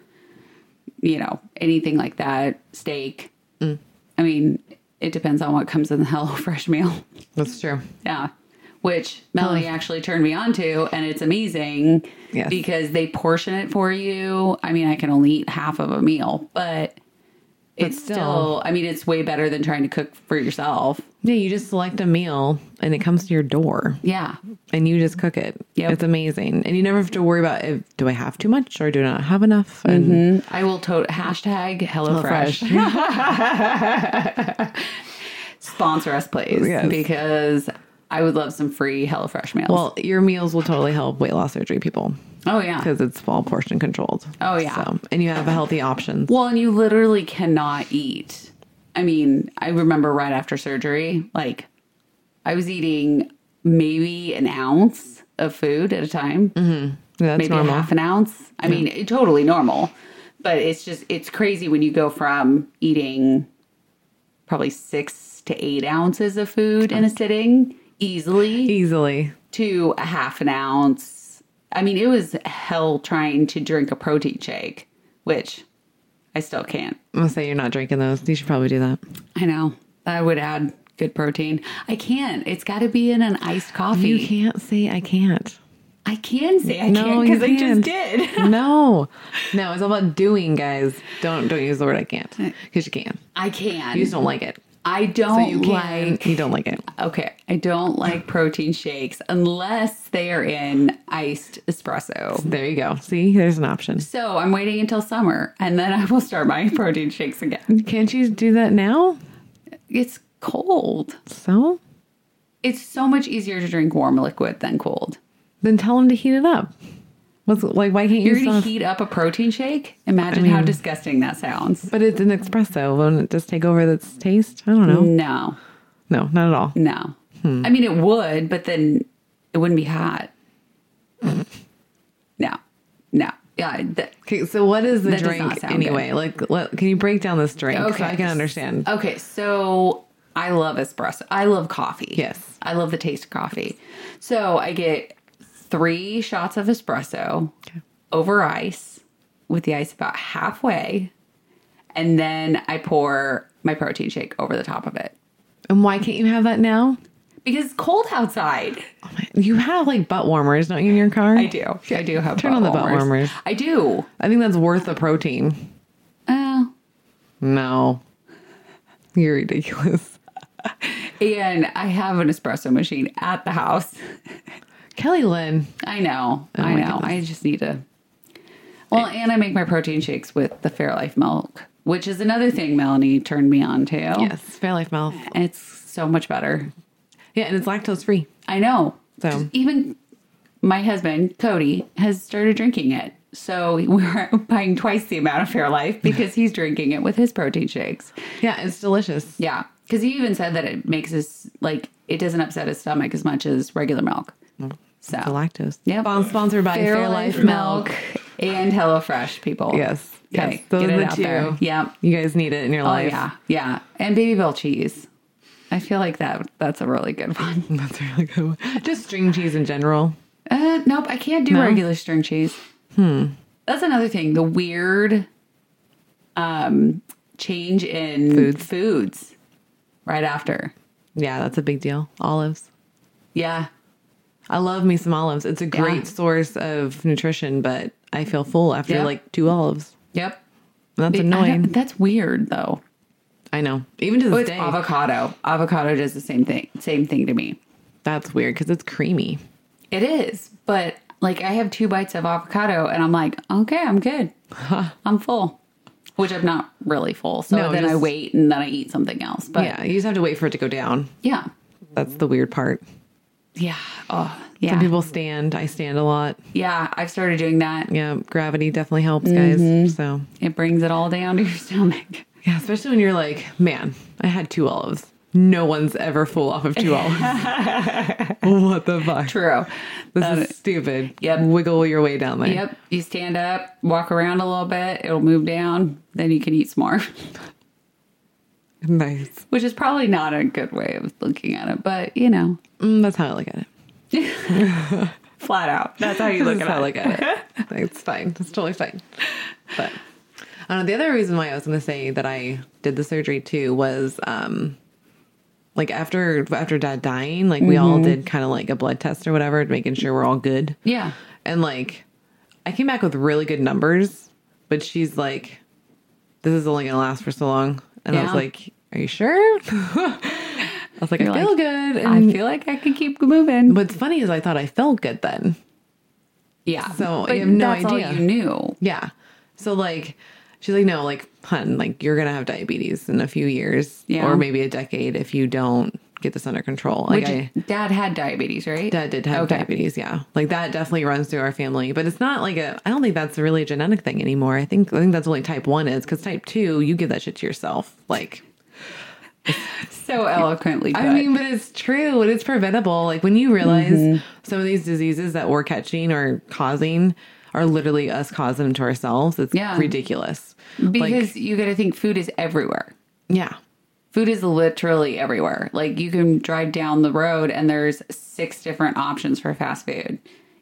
S4: you know, anything like that, steak. I mean, it depends on what comes in the [laughs] Hello Fresh meal.
S5: That's true.
S4: Yeah. Which Melanie actually turned me on to, and it's amazing
S5: Yes.
S4: because they portion it for you. I mean, I can only eat half of a meal, but it's
S5: still.
S4: still, I mean, it's way better than trying to cook for yourself.
S5: Yeah, you just select a meal and it comes to your door
S4: Yeah.
S5: and you just cook it.
S4: Yep.
S5: It's amazing. And you never have to worry about if, do I have too much or do I not have enough? And
S4: I will tote hashtag HelloFresh. [laughs] Sponsor us, please,
S5: Yes.
S4: because I would love some free HelloFresh meals.
S5: well, your meals will totally help weight loss surgery people
S4: oh, yeah.
S5: because it's all portion controlled.
S4: Oh, yeah.
S5: So, and you have healthy options.
S4: Well, and you literally cannot eat. I mean, I remember right after surgery, like I was eating maybe an ounce of food at a time,
S5: Yeah, Mm-hmm. that's
S4: maybe
S5: normal.
S4: half an ounce. I mean, it- totally normal. But it's just, it's crazy when you go from eating probably six to eight ounces of food in a sitting
S5: E-,
S4: easily
S5: Easily.
S4: to a half an ounce. I mean, it was hell trying to drink a protein shake, which I still can't.
S5: I'm gonna say you're not drinking those. You should probably do that.
S4: I know. I would add good protein. I can't. It's got to be in an iced coffee.
S5: You can't say I can't.
S4: I can say I
S5: No,
S4: can't
S5: you
S4: because I just did. [laughs]
S5: [laughs] no, no, it's all about doing, guys. Don't don't use the word I can't because you can.
S4: I can.
S5: You just don't like it.
S4: I
S5: So
S4: don't
S5: you can.
S4: like.
S5: you don't like it.
S4: Okay, I don't like protein shakes unless they are in iced espresso.
S5: There you go. See, there's an option.
S4: So I'm waiting until summer, and then I will start my [laughs] protein shakes again.
S5: Can't you do that now?
S4: It's cold.
S5: So
S4: It's so much easier to drink warm liquid than cold.
S5: then tell them to heat it up. What's like? Why can't you?
S4: You're gonna
S5: just-
S4: heat up a protein shake. Imagine how disgusting that sounds.
S5: but it's an espresso. Won't it just take over its taste? I don't know.
S4: No,
S5: No, not at all.
S4: No.
S5: Hmm.
S4: I mean, it would, but then it wouldn't be hot. no. No. Yeah. th-
S5: Okay, so what is the
S4: That does not
S5: drink
S4: sound
S5: anyway?
S4: good. Uh,
S5: Like, what, can you break down this drink so I can understand?
S4: Okay. So I love espresso. I love coffee.
S5: Yes.
S4: I love the taste of coffee. So I get three shots of espresso over ice with the ice about halfway. And then I pour my protein shake over the top of it
S5: And why can't you have that now?
S4: because it's cold outside.
S5: You have like butt warmers, don't you, in your car?
S4: I do. I do have
S5: Turn on the butt warmers.
S4: I do.
S5: I think that's worth the protein.
S4: Uh,
S5: No. You're ridiculous.
S4: and I have an espresso machine at the house.
S5: Kelly Lynn.
S4: I know. I
S5: Oh my
S4: know. I just need to. Well, and I make my protein shakes with the Fairlife milk, which is another thing Melanie turned me on to.
S5: Yes, Fairlife Mouth.
S4: And it's so much better.
S5: Yeah, and it's lactose free.
S4: I know.
S5: So-
S4: Just even my husband, Cody, has started drinking it. So [laughs] we're buying twice the amount of Fairlife because he's drinking it with his protein shakes.
S5: Yeah, it's delicious.
S4: Yeah, because he even said that it makes his like it doesn't upset his stomach as much as regular milk.
S5: Mm.
S4: So
S5: The lactose.
S4: Yep.
S5: Spon- Sponsored by Fairlife, Milk.
S4: and HelloFresh people.
S5: Yes.
S4: Okay.
S5: Yes. Those
S4: Get
S5: are
S4: it
S5: the
S4: out
S5: two.
S4: there. Yep.
S5: You guys need it in your
S4: Oh
S5: life.
S4: yeah, yeah, and baby bell cheese. I feel like that that's a really good one.
S5: [laughs]
S4: [laughs]
S5: That's a really good. One. Just string cheese in general.
S4: Uh, nope, I can't do
S5: No?
S4: regular string cheese. Hmm. That's another thing. The weird um change in
S5: Foods.
S4: foods right after.
S5: Yeah, that's a big deal. Olives.
S4: Yeah.
S5: I love me some olives. It's a great
S4: Yeah.
S5: source of nutrition, but I feel full after
S4: Yeah.
S5: like two olives.
S4: Yep.
S5: That's
S4: I don't-
S5: annoying.
S4: That's weird though.
S5: I know. Even to
S4: Oh,
S5: this
S4: it's
S5: day,
S4: avocado. Avocado does the same thing. Same thing to me.
S5: that's weird because it's creamy.
S4: It is, but like I have two bites of avocado and I'm like, okay, I'm good. I'm full. Which I'm not really full. So
S5: No,
S4: then I
S5: just-
S4: wait and then I eat something else. But yeah.
S5: yeah, you just have to wait for it to go down.
S4: yeah.
S5: That's the weird part.
S4: Yeah. Oh, yeah.
S5: Some people stand. I stand a lot.
S4: yeah. I've started doing that.
S5: Yeah, gravity definitely helps, guys.
S4: Mm-hmm.
S5: So
S4: It brings it all down to your [laughs] stomach.
S5: yeah, especially when you're like, man, I had two olives. No one's ever full off
S4: [laughs]
S5: of two olives. what the fuck?
S4: True.
S5: This is stupid.
S4: Yep.
S5: Wiggle your way down there.
S4: Yep. You stand up, walk around a little bit, it'll move down, then you can eat some more, [laughs]
S5: Nice.
S4: which is probably not a good way of looking at it, but you know,
S5: Mm, that's how I look at it.
S4: flat out. That's
S5: [laughs]
S4: how you look
S5: That's
S4: at
S5: how I
S4: it.
S5: look at
S4: [laughs]
S5: it. It's fine. It's totally fine. But I don't know, the other reason why I was going to say that I did the surgery too was um, like after after dad dying, like we
S4: Mm-hmm.
S5: all did kind of like a blood test or whatever, making sure we're all good.
S4: yeah.
S5: And like, I came back with really good numbers, but she's like, this is only going to last for so long. And I was
S4: Yeah.
S5: like, are you sure? [laughs] I was like, I feel
S4: like,
S5: good.
S4: I
S5: And
S4: feel like I could keep moving.
S5: what's funny is I thought I felt good then.
S4: yeah.
S5: So, you
S4: but
S5: have no
S4: that's all
S5: idea.
S4: you knew.
S5: Yeah. So like, she's like, no, like, hun, like you're gonna have diabetes in a few years,
S4: Yeah.
S5: or maybe a decade if you don't get this under control. Like,
S4: Which
S5: I
S4: dad had diabetes, right?
S5: dad did have
S4: Okay.
S5: diabetes, yeah. Like that definitely runs through our family, but it's not like a. I don't think that's really a genetic thing anymore. I think I think that's only type one is because type two you give that shit to yourself. Like
S4: So eloquently. Put.
S5: I mean, but it's true and it's preventable. Like when you realize some of these diseases that we're catching or causing are literally us causing them to ourselves. It's
S4: Yeah.
S5: ridiculous.
S4: because
S5: like,
S4: you got to think food is everywhere.
S5: yeah.
S4: Food is literally everywhere. Like you can drive down the road and there's six different options for fast food.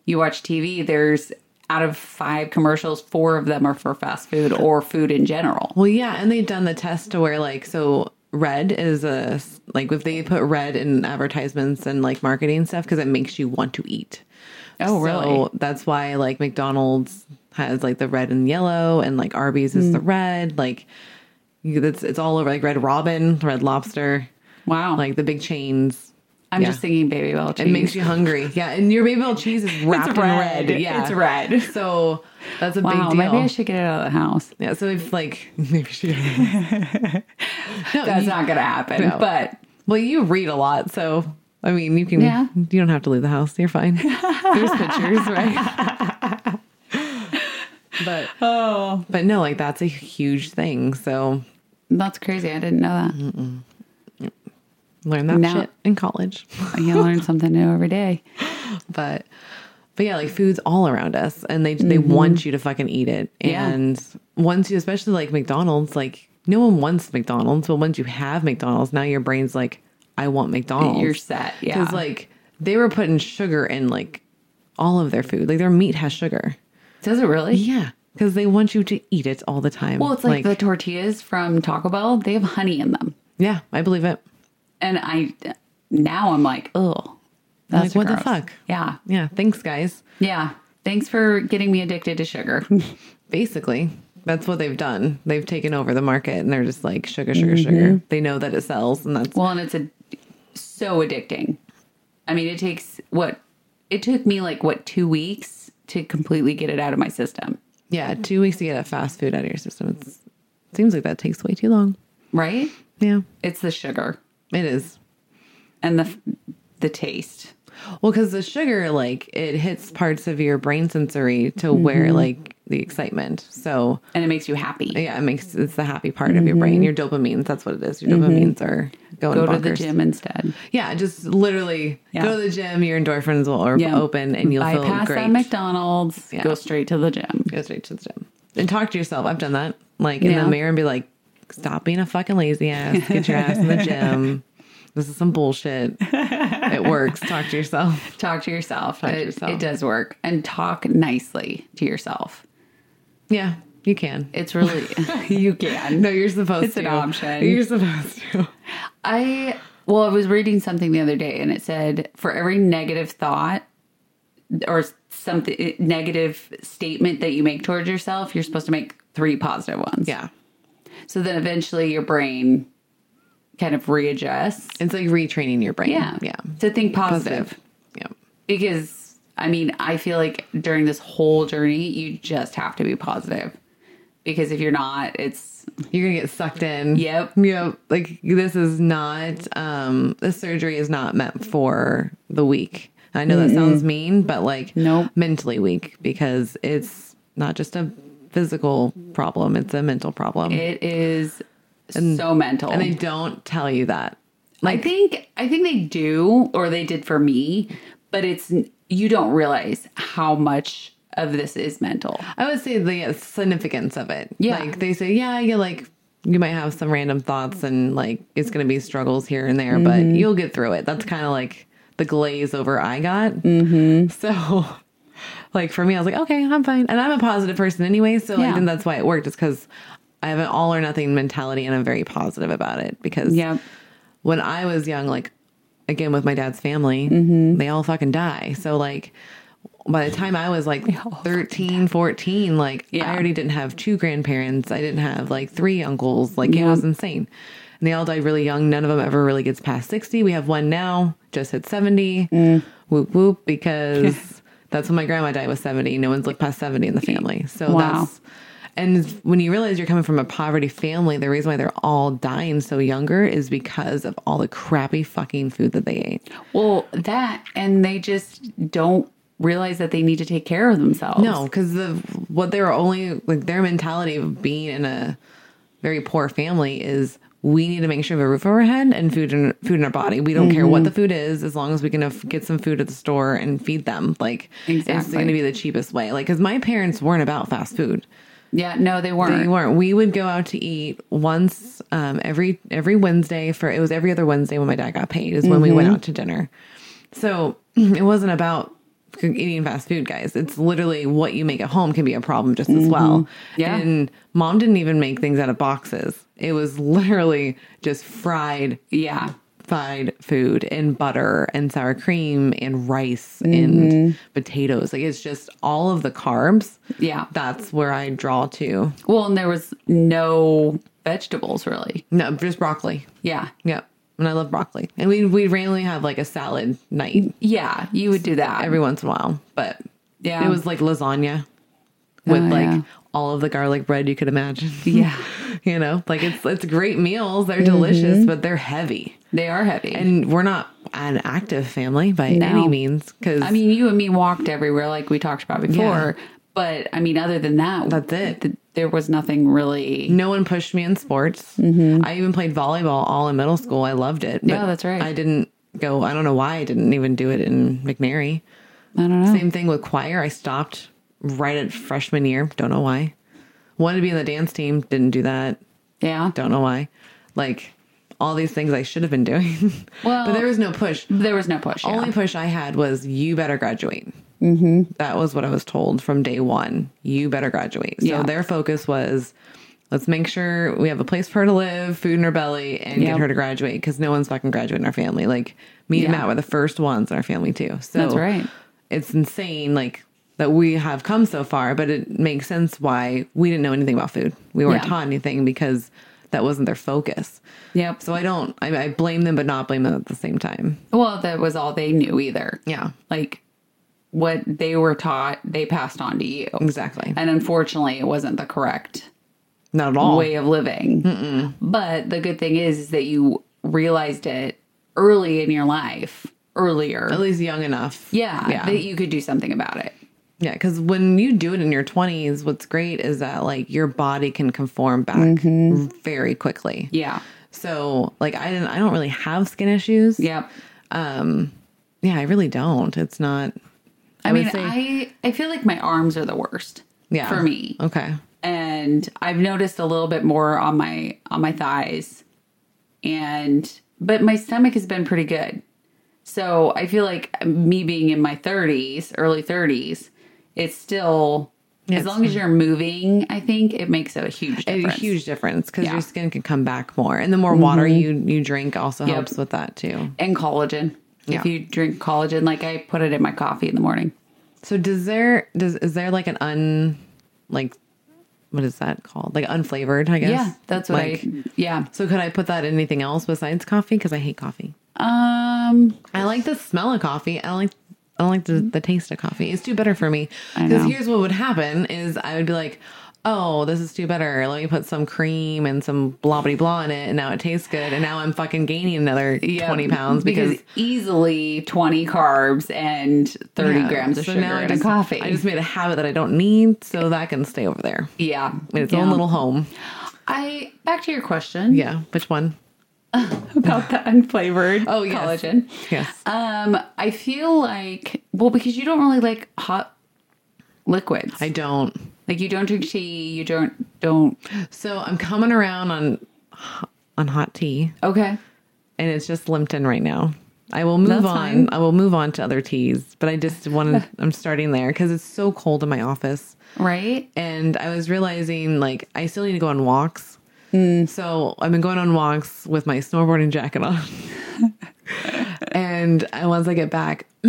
S4: You watch TV, there's out of five commercials, four of them are for fast food or food in general.
S5: Well, yeah, and they've done the test to where like so red is a like if they put red in advertisements and like marketing stuff because it makes you want to eat.
S4: Oh, really?
S5: that's why like McDonald's has like the red and yellow, and like Arby's is the
S4: Hmm.
S5: red. Like you- that's it's all over like Red Robin, Red Lobster,
S4: Wow.
S5: like the big chains.
S4: I'm
S5: yeah.
S4: just thinking baby well cheese.
S5: It makes
S4: [laughs]
S5: you hungry. Yeah, and your Babel cheese is wrapped
S4: red.
S5: in red. Yeah,
S4: It's red.
S5: So that's a
S4: Wow,
S5: big deal.
S4: maybe I should get it out of the house.
S5: Yeah, so if like [laughs] maybe she. no,
S4: That's
S5: you-
S4: not going to happen. [laughs]
S5: No.
S4: But
S5: Well, you read a lot, so I mean, you can.
S4: Yeah.
S5: You don't have to leave the house.
S4: [laughs]
S5: You're fine. There's pictures, right?
S4: [laughs]
S5: but oh, but no, like that's a huge thing. So
S4: that's crazy. I didn't know
S5: Mm.
S4: that.
S5: learn that
S4: Now-
S5: shit in college. [laughs]
S4: you learn something new every day.
S5: but but yeah, like food's all around us, and they they want you to fucking eat it.
S4: Mm-hmm. Yeah.
S5: And once you, especially like McDonald's, like no one wants McDonald's, but once you have McDonald's, now your brain's like, I want McDonald's.
S4: You're set, yeah.
S5: Because like they were putting sugar in like all of their food. Like their meat has sugar.
S4: Does it really?
S5: Yeah. Because they want you to eat it all the time.
S4: Well, it's like the tortillas from Taco Bell, they have honey in them.
S5: yeah, I believe it.
S4: and I now I'm like, oh, that's
S5: Like, what the
S4: gross.
S5: fuck?
S4: Yeah,
S5: Yeah. Thanks, guys.
S4: yeah. Thanks for getting me addicted to sugar. [laughs]
S5: basically that's what they've done they've taken over the market and they're just like sugar sugar sugar they know that it sells and that's
S4: Mm-hmm. well, and it's a, so addicting. I mean, it takes what it took me like what two weeks to completely get it out of my system,
S5: yeah two weeks to get a fast food out of your system it's, seems like that takes way too long
S4: right?
S5: yeah
S4: It's the sugar
S5: it is
S4: and the the taste.
S5: well because the sugar like it hits parts of your brain sensory to
S4: Mm-hmm.
S5: where like the excitement so
S4: And it makes you happy.
S5: yeah it makes it's the happy part of your brain your dopamines that's what it is your dopamines are going
S4: Mm-hmm. Go to the
S5: bonkers.
S4: gym instead.
S5: yeah just literally
S4: Yeah.
S5: go to the gym your endorphins will or-
S4: Yeah.
S5: open and you'll feel
S4: Bypass
S5: great
S4: that McDonald's.
S5: Yeah.
S4: Go straight to the gym.
S5: go straight to the gym and talk to yourself. I've done that, like in
S4: Yeah.
S5: the mirror, and be like, "Stop being a fucking lazy ass. Get your ass in the
S4: [laughs]
S5: gym. This is some bullshit. It works. Talk to yourself.
S4: Talk to yourself.
S5: to
S4: it,
S5: yourself.
S4: it does work. And talk nicely to yourself.
S5: Yeah, you can.
S4: It's
S5: [laughs]
S4: really [laughs] you can.
S5: no, you're supposed
S4: It's
S5: to.
S4: an option.
S5: You're supposed to.
S4: I well, I was reading something the other day, and it said for every negative thought or something negative statement that you make towards yourself, you're supposed to make three positive ones.
S5: Yeah,
S4: So then eventually your brain kind of readjusts.
S5: it's like retraining your brain.
S4: Yeah.
S5: Mm, yeah,
S4: To think positive.
S5: Positive. yeah.
S4: because I mean, I feel like during this whole journey, you just have to be positive. because if you're not, it's
S5: You're gonna get sucked in.
S4: Yep.
S5: Yep. Like this is not um this surgery is not meant for the weak. I know that sounds mean, but like
S4: Nope.
S5: mentally weak because it's not just a physical problem, it's a mental problem.
S4: it is so mental.
S5: and they don't tell you that.
S4: I think I think they do, or they did for me, but it's you don't realize how much of this is mental.
S5: I would say the significance of it.
S4: Yeah.
S5: Like they say, yeah, you like you might have some random thoughts and like it's gonna be struggles here and there, but
S4: Mm-hmm.
S5: you'll get through it. That's kind of like the glaze over I got. Mm-hmm. So, [laughs] like for me, I was like, okay, I'm fine, and I'm a positive person anyway, so I
S4: Yeah.
S5: think that's why it worked. Is because I have an all or nothing mentality, and I'm very positive about it because
S4: Yeah.
S5: when I was young, like again with my dad's family, they all fucking die. So like by the time I was like 13, 14, like
S4: Yeah.
S5: I already didn't have two grandparents. I didn't have like three uncles. Like it was insane. And they all died really young. None of them ever really gets past 60. We have one now, just hit 70. Whoop whoop because that's when my grandma died was 70. No one's lived past 70 in the family. So
S4: Wow.
S5: that's and when you realize you're coming from a poverty family, the reason why they're all dying so younger is because of all the crappy fucking food that they ate.
S4: Well, that and they just don't realize that they need to take care of themselves.
S5: No, because the what they were only like their mentality of being in a very poor family is we need to make sure we have a roof over our head and food in food in our body. We don't care
S4: Mm-hmm.
S5: what the food is as long as we can af- get some food at the store and feed them. Like it's
S4: Exactly.
S5: going to be the cheapest way. Like because my parents weren't about fast food.
S4: Yeah, no, they weren't.
S5: They weren't. We would go out to eat once um, every every Wednesday for it was every other Wednesday when my dad got paid is when we
S4: Mm-hmm.
S5: went out to dinner. So [clears throat] it wasn't about eating fast food, guys. It's literally what you make at home can be a problem just as well.
S4: Mm-hmm. Yeah.
S5: And mom didn't even make things out of boxes. It was literally just fried
S4: Yeah.
S5: fried food and butter and sour cream and rice and potatoes. Like it's just all of the carbs.
S4: Mm-hmm. Yeah.
S5: That's where I draw to.
S4: Well, and there was no vegetables really.
S5: No, just broccoli.
S4: Yeah.
S5: Yep. And I love broccoli. And we we randomly have like a salad night
S4: Yeah, you would do that.
S5: every once in a while. But
S4: Mm. Yeah.
S5: it was like lasagna with
S4: Oh,
S5: like
S4: yeah.
S5: all of the garlic bread you could imagine.
S4: yeah.
S5: [laughs]
S4: Mm-hmm.
S5: you know, like it's it's great meals. They're delicious, but they're heavy.
S4: They are heavy.
S5: And we're not an active family by
S4: No.
S5: any means because
S4: I mean, you and me walked everywhere like we talked about before, but I mean, other than that,
S5: That's it.
S4: th- there was nothing really.
S5: no one pushed me in sports. I even played volleyball all in middle school. I loved it.
S4: Mm-hmm. Yeah,
S5: but
S4: that's right.
S5: I didn't go. I don't know why I didn't even do it in McNary.
S4: I don't know.
S5: Same thing with choir. I stopped right at freshman year. Don't know why. Wanted to be in the dance team. Didn't do that.
S4: Yeah.
S5: Don't know why. Like all these things I should have been doing. [laughs]
S4: Well-
S5: but there was no push.
S4: There was no push. yeah. Mm-hmm.
S5: Only push I had was you better graduate. That was what I was told from day one. You better graduate. So
S4: Yeah.
S5: their focus was let's make sure we have a place for her to live, food in her belly, and
S4: Yep.
S5: get her to graduate because no one's fucking graduating in our family. Like me and
S4: Yeah.
S5: Matt were the first ones in our family too. So
S4: That's right.
S5: It's insane, like that we have come so far, but it makes sense why we didn't know anything about food. We weren't
S4: Yeah.
S5: taught anything because that wasn't their focus.
S4: Yep.
S5: So I don't. I, I blame them, but not blame them at the same time.
S4: well, that was all they knew either.
S5: Yeah.
S4: Like what they were taught, they passed on to you.
S5: Exactly.
S4: And unfortunately, it wasn't the correct
S5: Not at all.
S4: way of living. But the good thing is, is that you realized it early in your life, earlier.
S5: At least young enough.
S4: yeah,
S5: Yeah.
S4: That you could do something about it.
S5: Yeah. Cause when you do it in your 20s, what's great is that like your body can conform back
S4: Mm-hmm.
S5: very quickly.
S4: Yeah.
S5: So, like, I didn't, I don't really have skin issues.
S4: Yep.
S5: Yeah. I really don't. It's not,
S4: I,
S5: would
S4: mean,
S5: say-
S4: I I feel like my arms are the worst.
S5: yeah.
S4: For me.
S5: Okay.
S4: And I've noticed a little bit more on my on my thighs. And but my stomach has been pretty good. So I feel like me being in my 30s, early 30s, it's still as
S5: it's-
S4: long as you're moving, I think it makes a huge
S5: A
S4: difference.
S5: huge difference because
S4: Yeah. Mm-hmm.
S5: your skin can come back more. And the more water you, you drink also helps with that too.
S4: and collagen.
S5: Yeah.
S4: If you drink collagen, like I put it in my coffee in the morning.
S5: So does there does is there like an un like what is that called? Like unflavored, I guess.
S4: Yeah, that's what
S5: Like-
S4: I yeah.
S5: So could I put that in anything else besides coffee? Because I hate coffee.
S4: Um
S5: I like the smell of coffee. I don't like I don't like the, the taste of coffee. It's too bitter for me.
S4: I
S5: Because
S4: know.
S5: here's what would happen is I would be like, oh, this is too better. Let me put some cream and some blah blah blah in it, and now it tastes good. And now I'm fucking gaining another
S4: Yeah,
S5: twenty pounds because,
S4: easily 20 carbs and 30
S5: Yeah.
S4: grams of
S5: So
S4: sugar
S5: now I
S4: in
S5: just,
S4: a coffee.
S5: I just made a habit that I don't need, so that can stay over there
S4: yeah.
S5: in its
S4: Yeah.
S5: own little home.
S4: I back to your question
S5: Yeah, which one?
S4: about the unflavored
S5: [laughs] Oh,
S4: oh,
S5: yes.
S4: collagen.
S5: Yes.
S4: Um, I feel like well, because you don't really like hot liquids.
S5: I don't.
S4: like you don't drink tea, you don't don't
S5: So I'm coming around on on hot tea,
S4: Okay.
S5: and it's just Limpton right now. I will move
S4: That's
S5: on.
S4: fine.
S5: I will move on to other teas, but I just
S4: [laughs]
S5: wanted. I'm starting there because it's so cold in my office.
S4: Right?
S5: and I was realizing like I still need to go on walks.
S4: Hmm.
S5: So I've been going on walks with my snowboarding jacket
S4: [laughs]
S5: on. and I, once I get back, [clears throat]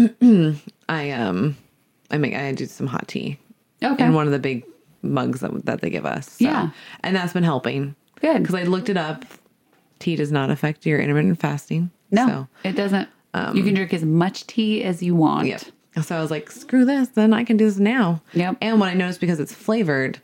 S5: I um I make I do some hot tea
S4: Okay.
S5: in one of the big mugs that, that they give us. So-
S4: Yeah.
S5: And that's been helping.
S4: Good.
S5: Because I looked it up. Tea does not affect your intermittent fasting.
S4: no.
S5: So, um,
S4: it doesn't you can drink as much tea as you want.
S5: Yep. So I was like, screw this, then I can do this now.
S4: Yep.
S5: And what I noticed because it's flavored,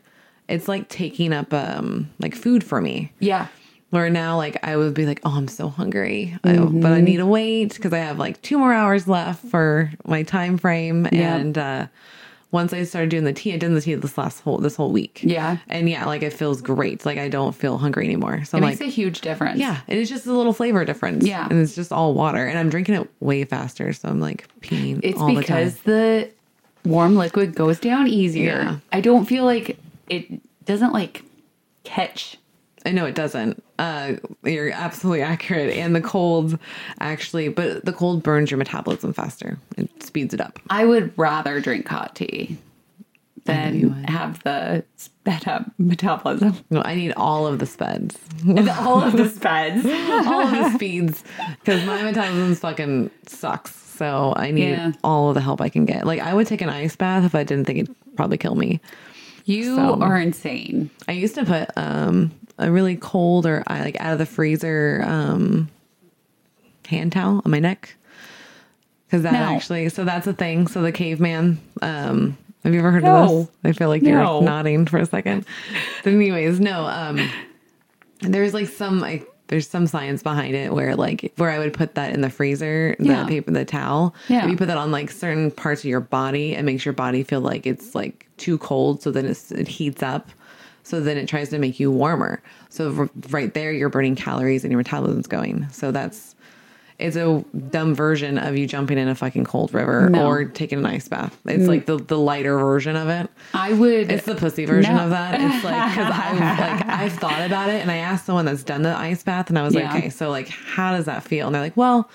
S5: it's like taking up um like food for me.
S4: Yeah.
S5: Where now like I would be like, oh, I'm so hungry, I- but
S4: Mm-hmm.
S5: I need to wait because I have like two more hours left for my time frame. And uh, once I started doing the tea, I did the tea this last whole this whole week.
S4: Yeah.
S5: And yeah, like it feels great. Like I don't feel hungry anymore. So
S4: It
S5: I'm
S4: makes
S5: like,
S4: a huge difference.
S5: yeah, and it's just a little flavor difference.
S4: Yeah.
S5: and it's just all water, and I'm drinking it way faster, so I'm like peeing.
S4: It's
S5: all
S4: because
S5: the
S4: the, warm liquid goes down easier.
S5: Yeah.
S4: I don't feel like it doesn't like catch.
S5: time. I know it doesn't. Uh, you're absolutely [laughs] accurate, and the cold actually, but the cold burns your metabolism faster. It speeds it up.
S4: I would rather drink hot tea than have the sped up metabolism. [laughs]
S5: No, I need all of the [laughs] speds,
S4: All of the
S5: [laughs]
S4: speds.
S5: all
S4: [laughs]
S5: of the speeds, because my metabolism fucking sucks. So I need
S4: Yeah.
S5: all of the help I can get. Like I would take an ice bath if I didn't think it'd probably kill me.
S4: You
S5: So-
S4: are insane.
S5: I used to put um a really cold or I like out of the freezer um hand towel on my neck because that
S4: No.
S5: actually so that's a thing. So the caveman. Um, have you ever heard of
S4: No.
S5: this? I feel like
S4: No.
S5: you're nodding for
S4: [laughs]
S5: a second. But anyways, no. Um, there's like some like there's some science behind it where like where I would put that in the freezer,
S4: Yeah.
S5: the paper, the towel.
S4: Yeah.
S5: If you put that on like certain parts of your body, it makes your body feel like it's like too cold, so then it's, it heats up. So then it tries to make you warmer. So r- right there, you're burning calories and your metabolism's going. So that's it's a dumb version of you jumping in a fucking cold river
S4: No. Mm.
S5: or taking an ice bath. It's like the the lighter version of it.
S4: I would.
S5: It's the pussy version
S4: No.
S5: of that. It's like because I've like I've thought about it, and I asked someone that's done the ice bath, and I was
S4: Yeah.
S5: like, okay, so like, how does that feel? And they're like, well,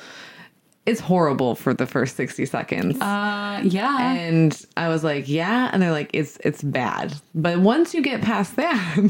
S5: it's horrible for the first sixty seconds.
S4: uh, yeah.
S5: and I was like, yeah, and they're like, it's it's bad, but once you get past that, [laughs] you're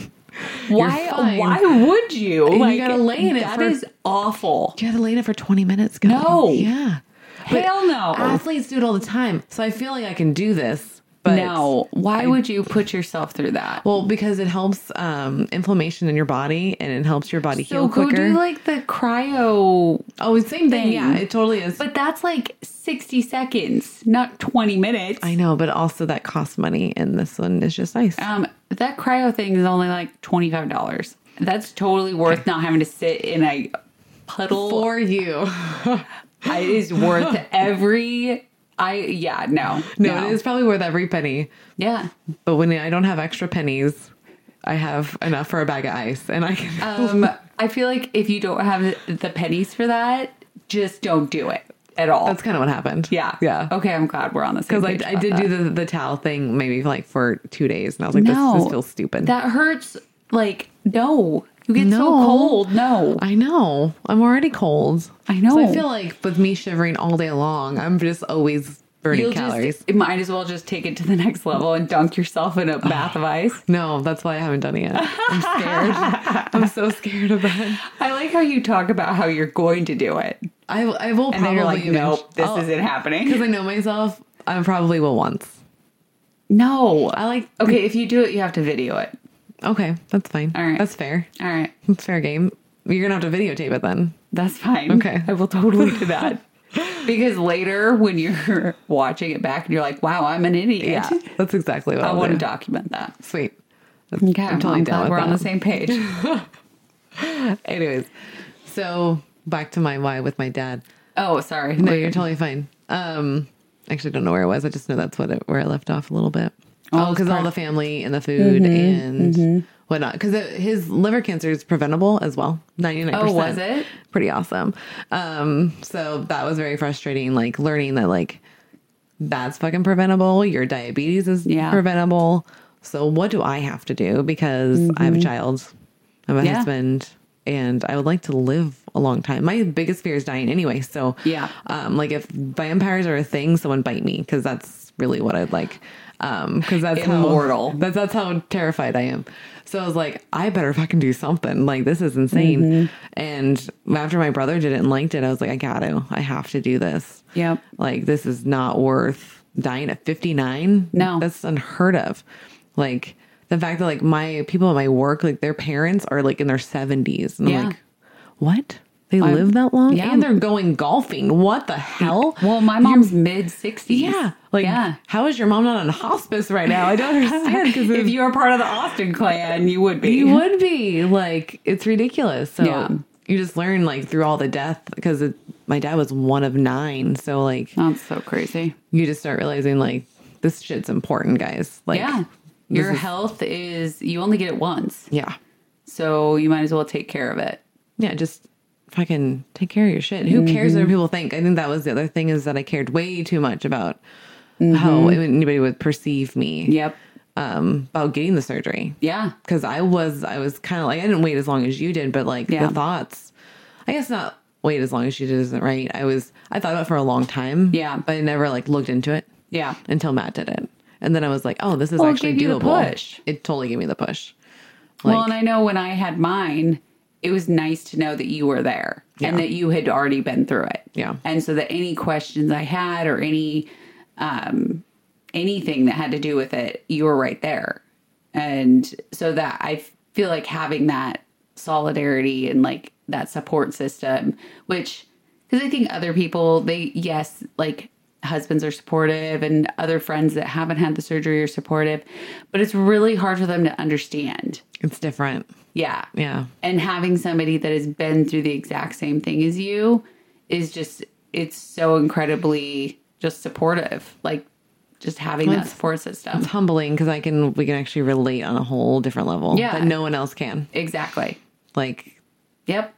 S5: fine.
S4: would you?
S5: you gotta lay in it
S4: That
S5: for-
S4: is awful.
S5: you had to lay in it for twenty minutes? Guys.
S4: No.
S5: yeah,
S4: Hell no.
S5: athletes do it all the time, so I feel like I can do this. But
S4: no. Why would you put yourself through that?
S5: Well, because it helps um, inflammation in your body and it helps your body
S4: so
S5: heal
S4: go
S5: quicker.
S4: do like the cryo.
S5: oh, same thing.
S4: thing.
S5: Yeah, it totally is.
S4: But that's like 60 seconds, not 20 minutes.
S5: I know, but also that costs money, and this one is just nice.
S4: Um, that cryo thing is only like $25. That's totally worth not having to sit in a puddle.
S5: For [laughs] you.
S4: It is
S5: [laughs]
S4: worth every. I, yeah, no.
S5: No, it is probably worth every penny.
S4: Yeah.
S5: But when I don't have extra pennies, I have enough for a bag of ice, and I can.
S4: Um, I feel like if you don't have the pennies for that, just don't do it at all.
S5: that's kind of what happened.
S4: Oh. yeah,
S5: yeah.
S4: Okay, I'm glad we're on the same.
S5: Because I,
S4: page
S5: I
S4: about
S5: did
S4: that.
S5: do the, the towel thing maybe like for two days, and I was like, this, this feels stupid.
S4: That hurts. Like no, you get so
S5: No.
S4: cold. No,
S5: I know. I'm already cold.
S4: I know.
S5: So I feel like with me shivering all day long, I'm just always burning
S4: You'll
S5: calories.
S4: Just, it [laughs] might as well just take it to the next level and dunk yourself
S5: [sighs]
S4: in a bath of ice.
S5: no, that's why I haven't done it yet. I'm
S4: [laughs]
S5: scared. I'm so scared of that.
S4: I like how you talk about how you're going to do it,
S5: I, I will
S4: and
S5: probably
S4: then you're like,
S5: even-
S4: nope, this
S5: I'll-
S4: isn't
S5: Because
S4: happening.
S5: I know myself, I probably will once.
S4: No,
S5: I like.
S4: okay. If you do it, you have to video it.
S5: Okay, that's fine.
S4: All right.
S5: that's fair.
S4: All right.
S5: That's fair game. You're gonna have to videotape it then.
S4: That's fine.
S5: Okay.
S4: I will totally do
S5: [laughs]
S4: that. because later when you're [laughs] watching it back and you're like, wow, I'm an idiot.
S5: [laughs] that's exactly what
S4: I
S5: I'll
S4: want to
S5: do.
S4: document that.
S5: Sweet. That's-
S4: Okay,
S5: I'm totally down
S4: glad
S5: with
S4: We're on the
S5: that.
S4: same
S5: [laughs]
S4: page.
S5: Anyways, so back to my why with my dad.
S4: Oh, sorry.
S5: No, you're totally fine. Um, actually, I don't know where I was. I just know that's what it, where I left off a little bit. Oh, because all the family and the food
S4: Mm-hmm,
S5: and whatnot. Because his liver cancer is preventable as well. Ninety nine.
S4: Oh, was it?
S5: Pretty awesome. Um, so that was very frustrating. Like learning that like that's fucking preventable. Your diabetes is
S4: Yeah.
S5: preventable. So what do I have to do? Because I have a child, I have a
S4: Mm-hmm. Yeah.
S5: husband, and I would like to live a long time. My biggest fear is dying anyway. So
S4: Yeah.
S5: um, like if vampires are a thing, someone bite me because that's really what I'd like. Um, because that's
S4: Immortal.
S5: How, that's that's how terrified I am. So I was like, I better fucking do something. Like this is insane.
S4: Mm-hmm.
S5: And after my brother did it and liked it, I was like, I gotta, I have to do this.
S4: Yep.
S5: Like this is not worth dying at 59.
S4: No.
S5: That's unheard of. Like the fact that like my people at my work, like their parents are like in their 70s. And
S4: Yeah.
S5: I'm like, what? They live that long?
S4: yeah.
S5: And they're going golfing. What the hell?
S4: Well, my mom's mid 60s.
S5: yeah. Like,
S4: yeah.
S5: how is your mom not on hospice right now? I [laughs] don't understand. Because
S4: [laughs] If you were part of the Austin clan, you would be.
S5: you would be like it's ridiculous so
S4: Yeah.
S5: you just learn like through all the death because my dad was one of nine so like
S4: That's so crazy.
S5: you just start realizing like this shit's important guys like
S4: yeah.
S5: this
S4: Your
S5: is-
S4: health is, you only get it once.
S5: yeah
S4: So you might as well take care of it.
S5: yeah just fucking take care of your shit who cares what other people think i think that was the other thing is that i cared way too much about how anybody would perceive me
S4: Yep.
S5: um about getting the surgery
S4: Yeah.
S5: because I was I was kind of like I didn't wait as long as you did, but like
S4: Yeah.
S5: the thoughts, I guess not wait as long as you did isn't right. I was I thought about it for a long time,
S4: Yeah.
S5: but I never like looked into it,
S4: Yeah.
S5: until Matt did it, and then I was like, oh, this is
S4: Well, it
S5: actually
S4: gave you the
S5: doable.
S4: push.
S5: It totally gave me the push.
S4: well,
S5: Like-
S4: and I know when I had mine, it was nice to know that you were there and that you had already been through it.
S5: Yeah.
S4: And so that any questions I had or any um anything that had to do with it, you were right there. And so that I feel like having that solidarity and like that support system, which because I think other people, they, yes, like husbands are supportive and other friends that haven't had the surgery are supportive, but it's really hard for them to understand.
S5: It's different,
S4: Yeah.
S5: yeah.
S4: And having somebody that has been through the exact same thing as you is just, it's so incredibly just supportive. Like, just having that
S5: That's-
S4: support system.
S5: It's humbling because I can we can actually relate on a whole different level
S4: Yeah.
S5: that no one else can.
S4: Exactly.
S5: Like
S4: Yep.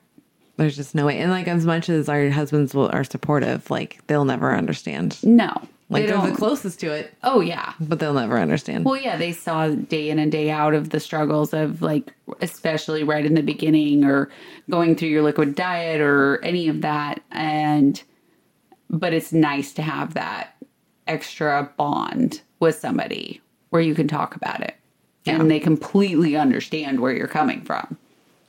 S5: there's just no way, and like as much as our husbands will, are supportive, like they'll never understand.
S4: No.
S5: Like
S4: they
S5: they're
S4: don't.
S5: the closest to it,
S4: oh, yeah.
S5: but they'll never understand.
S4: Well, yeah, they saw day in and day out of the struggles of like, especially right in the beginning or going through your liquid diet or any of that. And, but it's nice to have that extra bond with somebody where you can talk about it and they completely understand where you're coming from.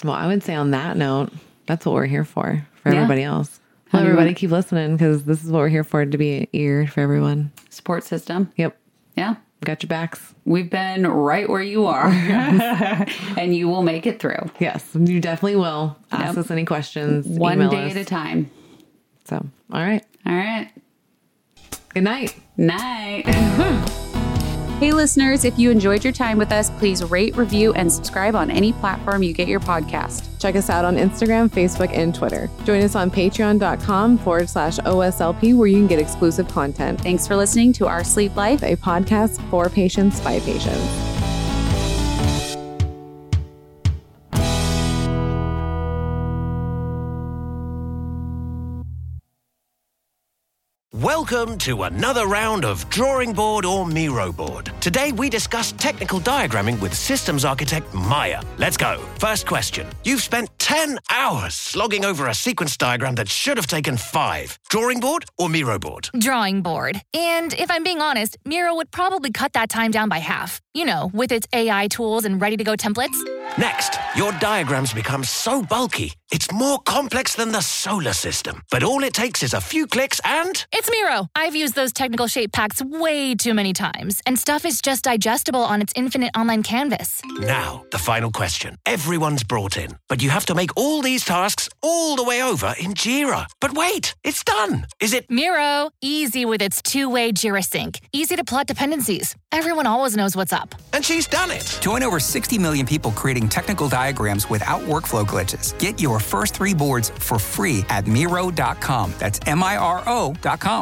S5: Well, I would say on that note, that's what we're here for for
S4: Yeah.
S5: everybody else.
S4: do
S5: Well,
S4: you
S5: everybody
S4: want-
S5: keep listening because this is what we're here for to be an ear for everyone.
S4: Support system.
S5: Yep,
S4: Yeah.
S5: got your backs.
S4: We've been right where you
S5: [laughs]
S4: are [laughs] and you will make it through
S5: Yes, you definitely will.
S4: Yep.
S5: Ask us any questions.
S4: one
S5: email
S4: day
S5: us.
S4: at a time.
S5: So, all right.
S4: All right.
S5: Good night.
S4: Night.
S6: [laughs] Hey, listeners, if you enjoyed your time with us, please rate, review, and subscribe on any platform you get your podcast.
S5: Check us out on Instagram, Facebook, and Twitter. Join us on patreon.com forward slash OSLP where you can get exclusive content.
S6: Thanks for listening to Our Sleep Life.
S5: A podcast for patients by patients.
S1: Welcome to another round of Drawing Board or Miro Board. Today we discuss technical diagramming with systems architect Maya. Let's go. First question. You've spent 10 hours slogging over a sequence diagram that should have taken five. Drawing Board or Miro Board?
S3: drawing board. And if I'm being honest, Miro would probably cut that time down by half. You know, with its AI tools and ready to go templates.
S1: Next, your diagrams become so bulky, it's more complex than the solar system. But all it takes is a few clicks and
S3: It's Miro. I've used those technical shape packs way too many times, and stuff is just digestible on its infinite online canvas.
S1: Now, the final question. Everyone's brought in, but you have to make all these tasks all the way over in Jira. But wait, it's done. Is it?
S3: Miro, easy with its two way Jira sync, easy to plot dependencies. Everyone always knows what's up.
S1: And she's done it.
S2: Join over 60 million people creating technical diagrams without workflow glitches. Get your first three boards for free at Miro.com. That's M I R O.com.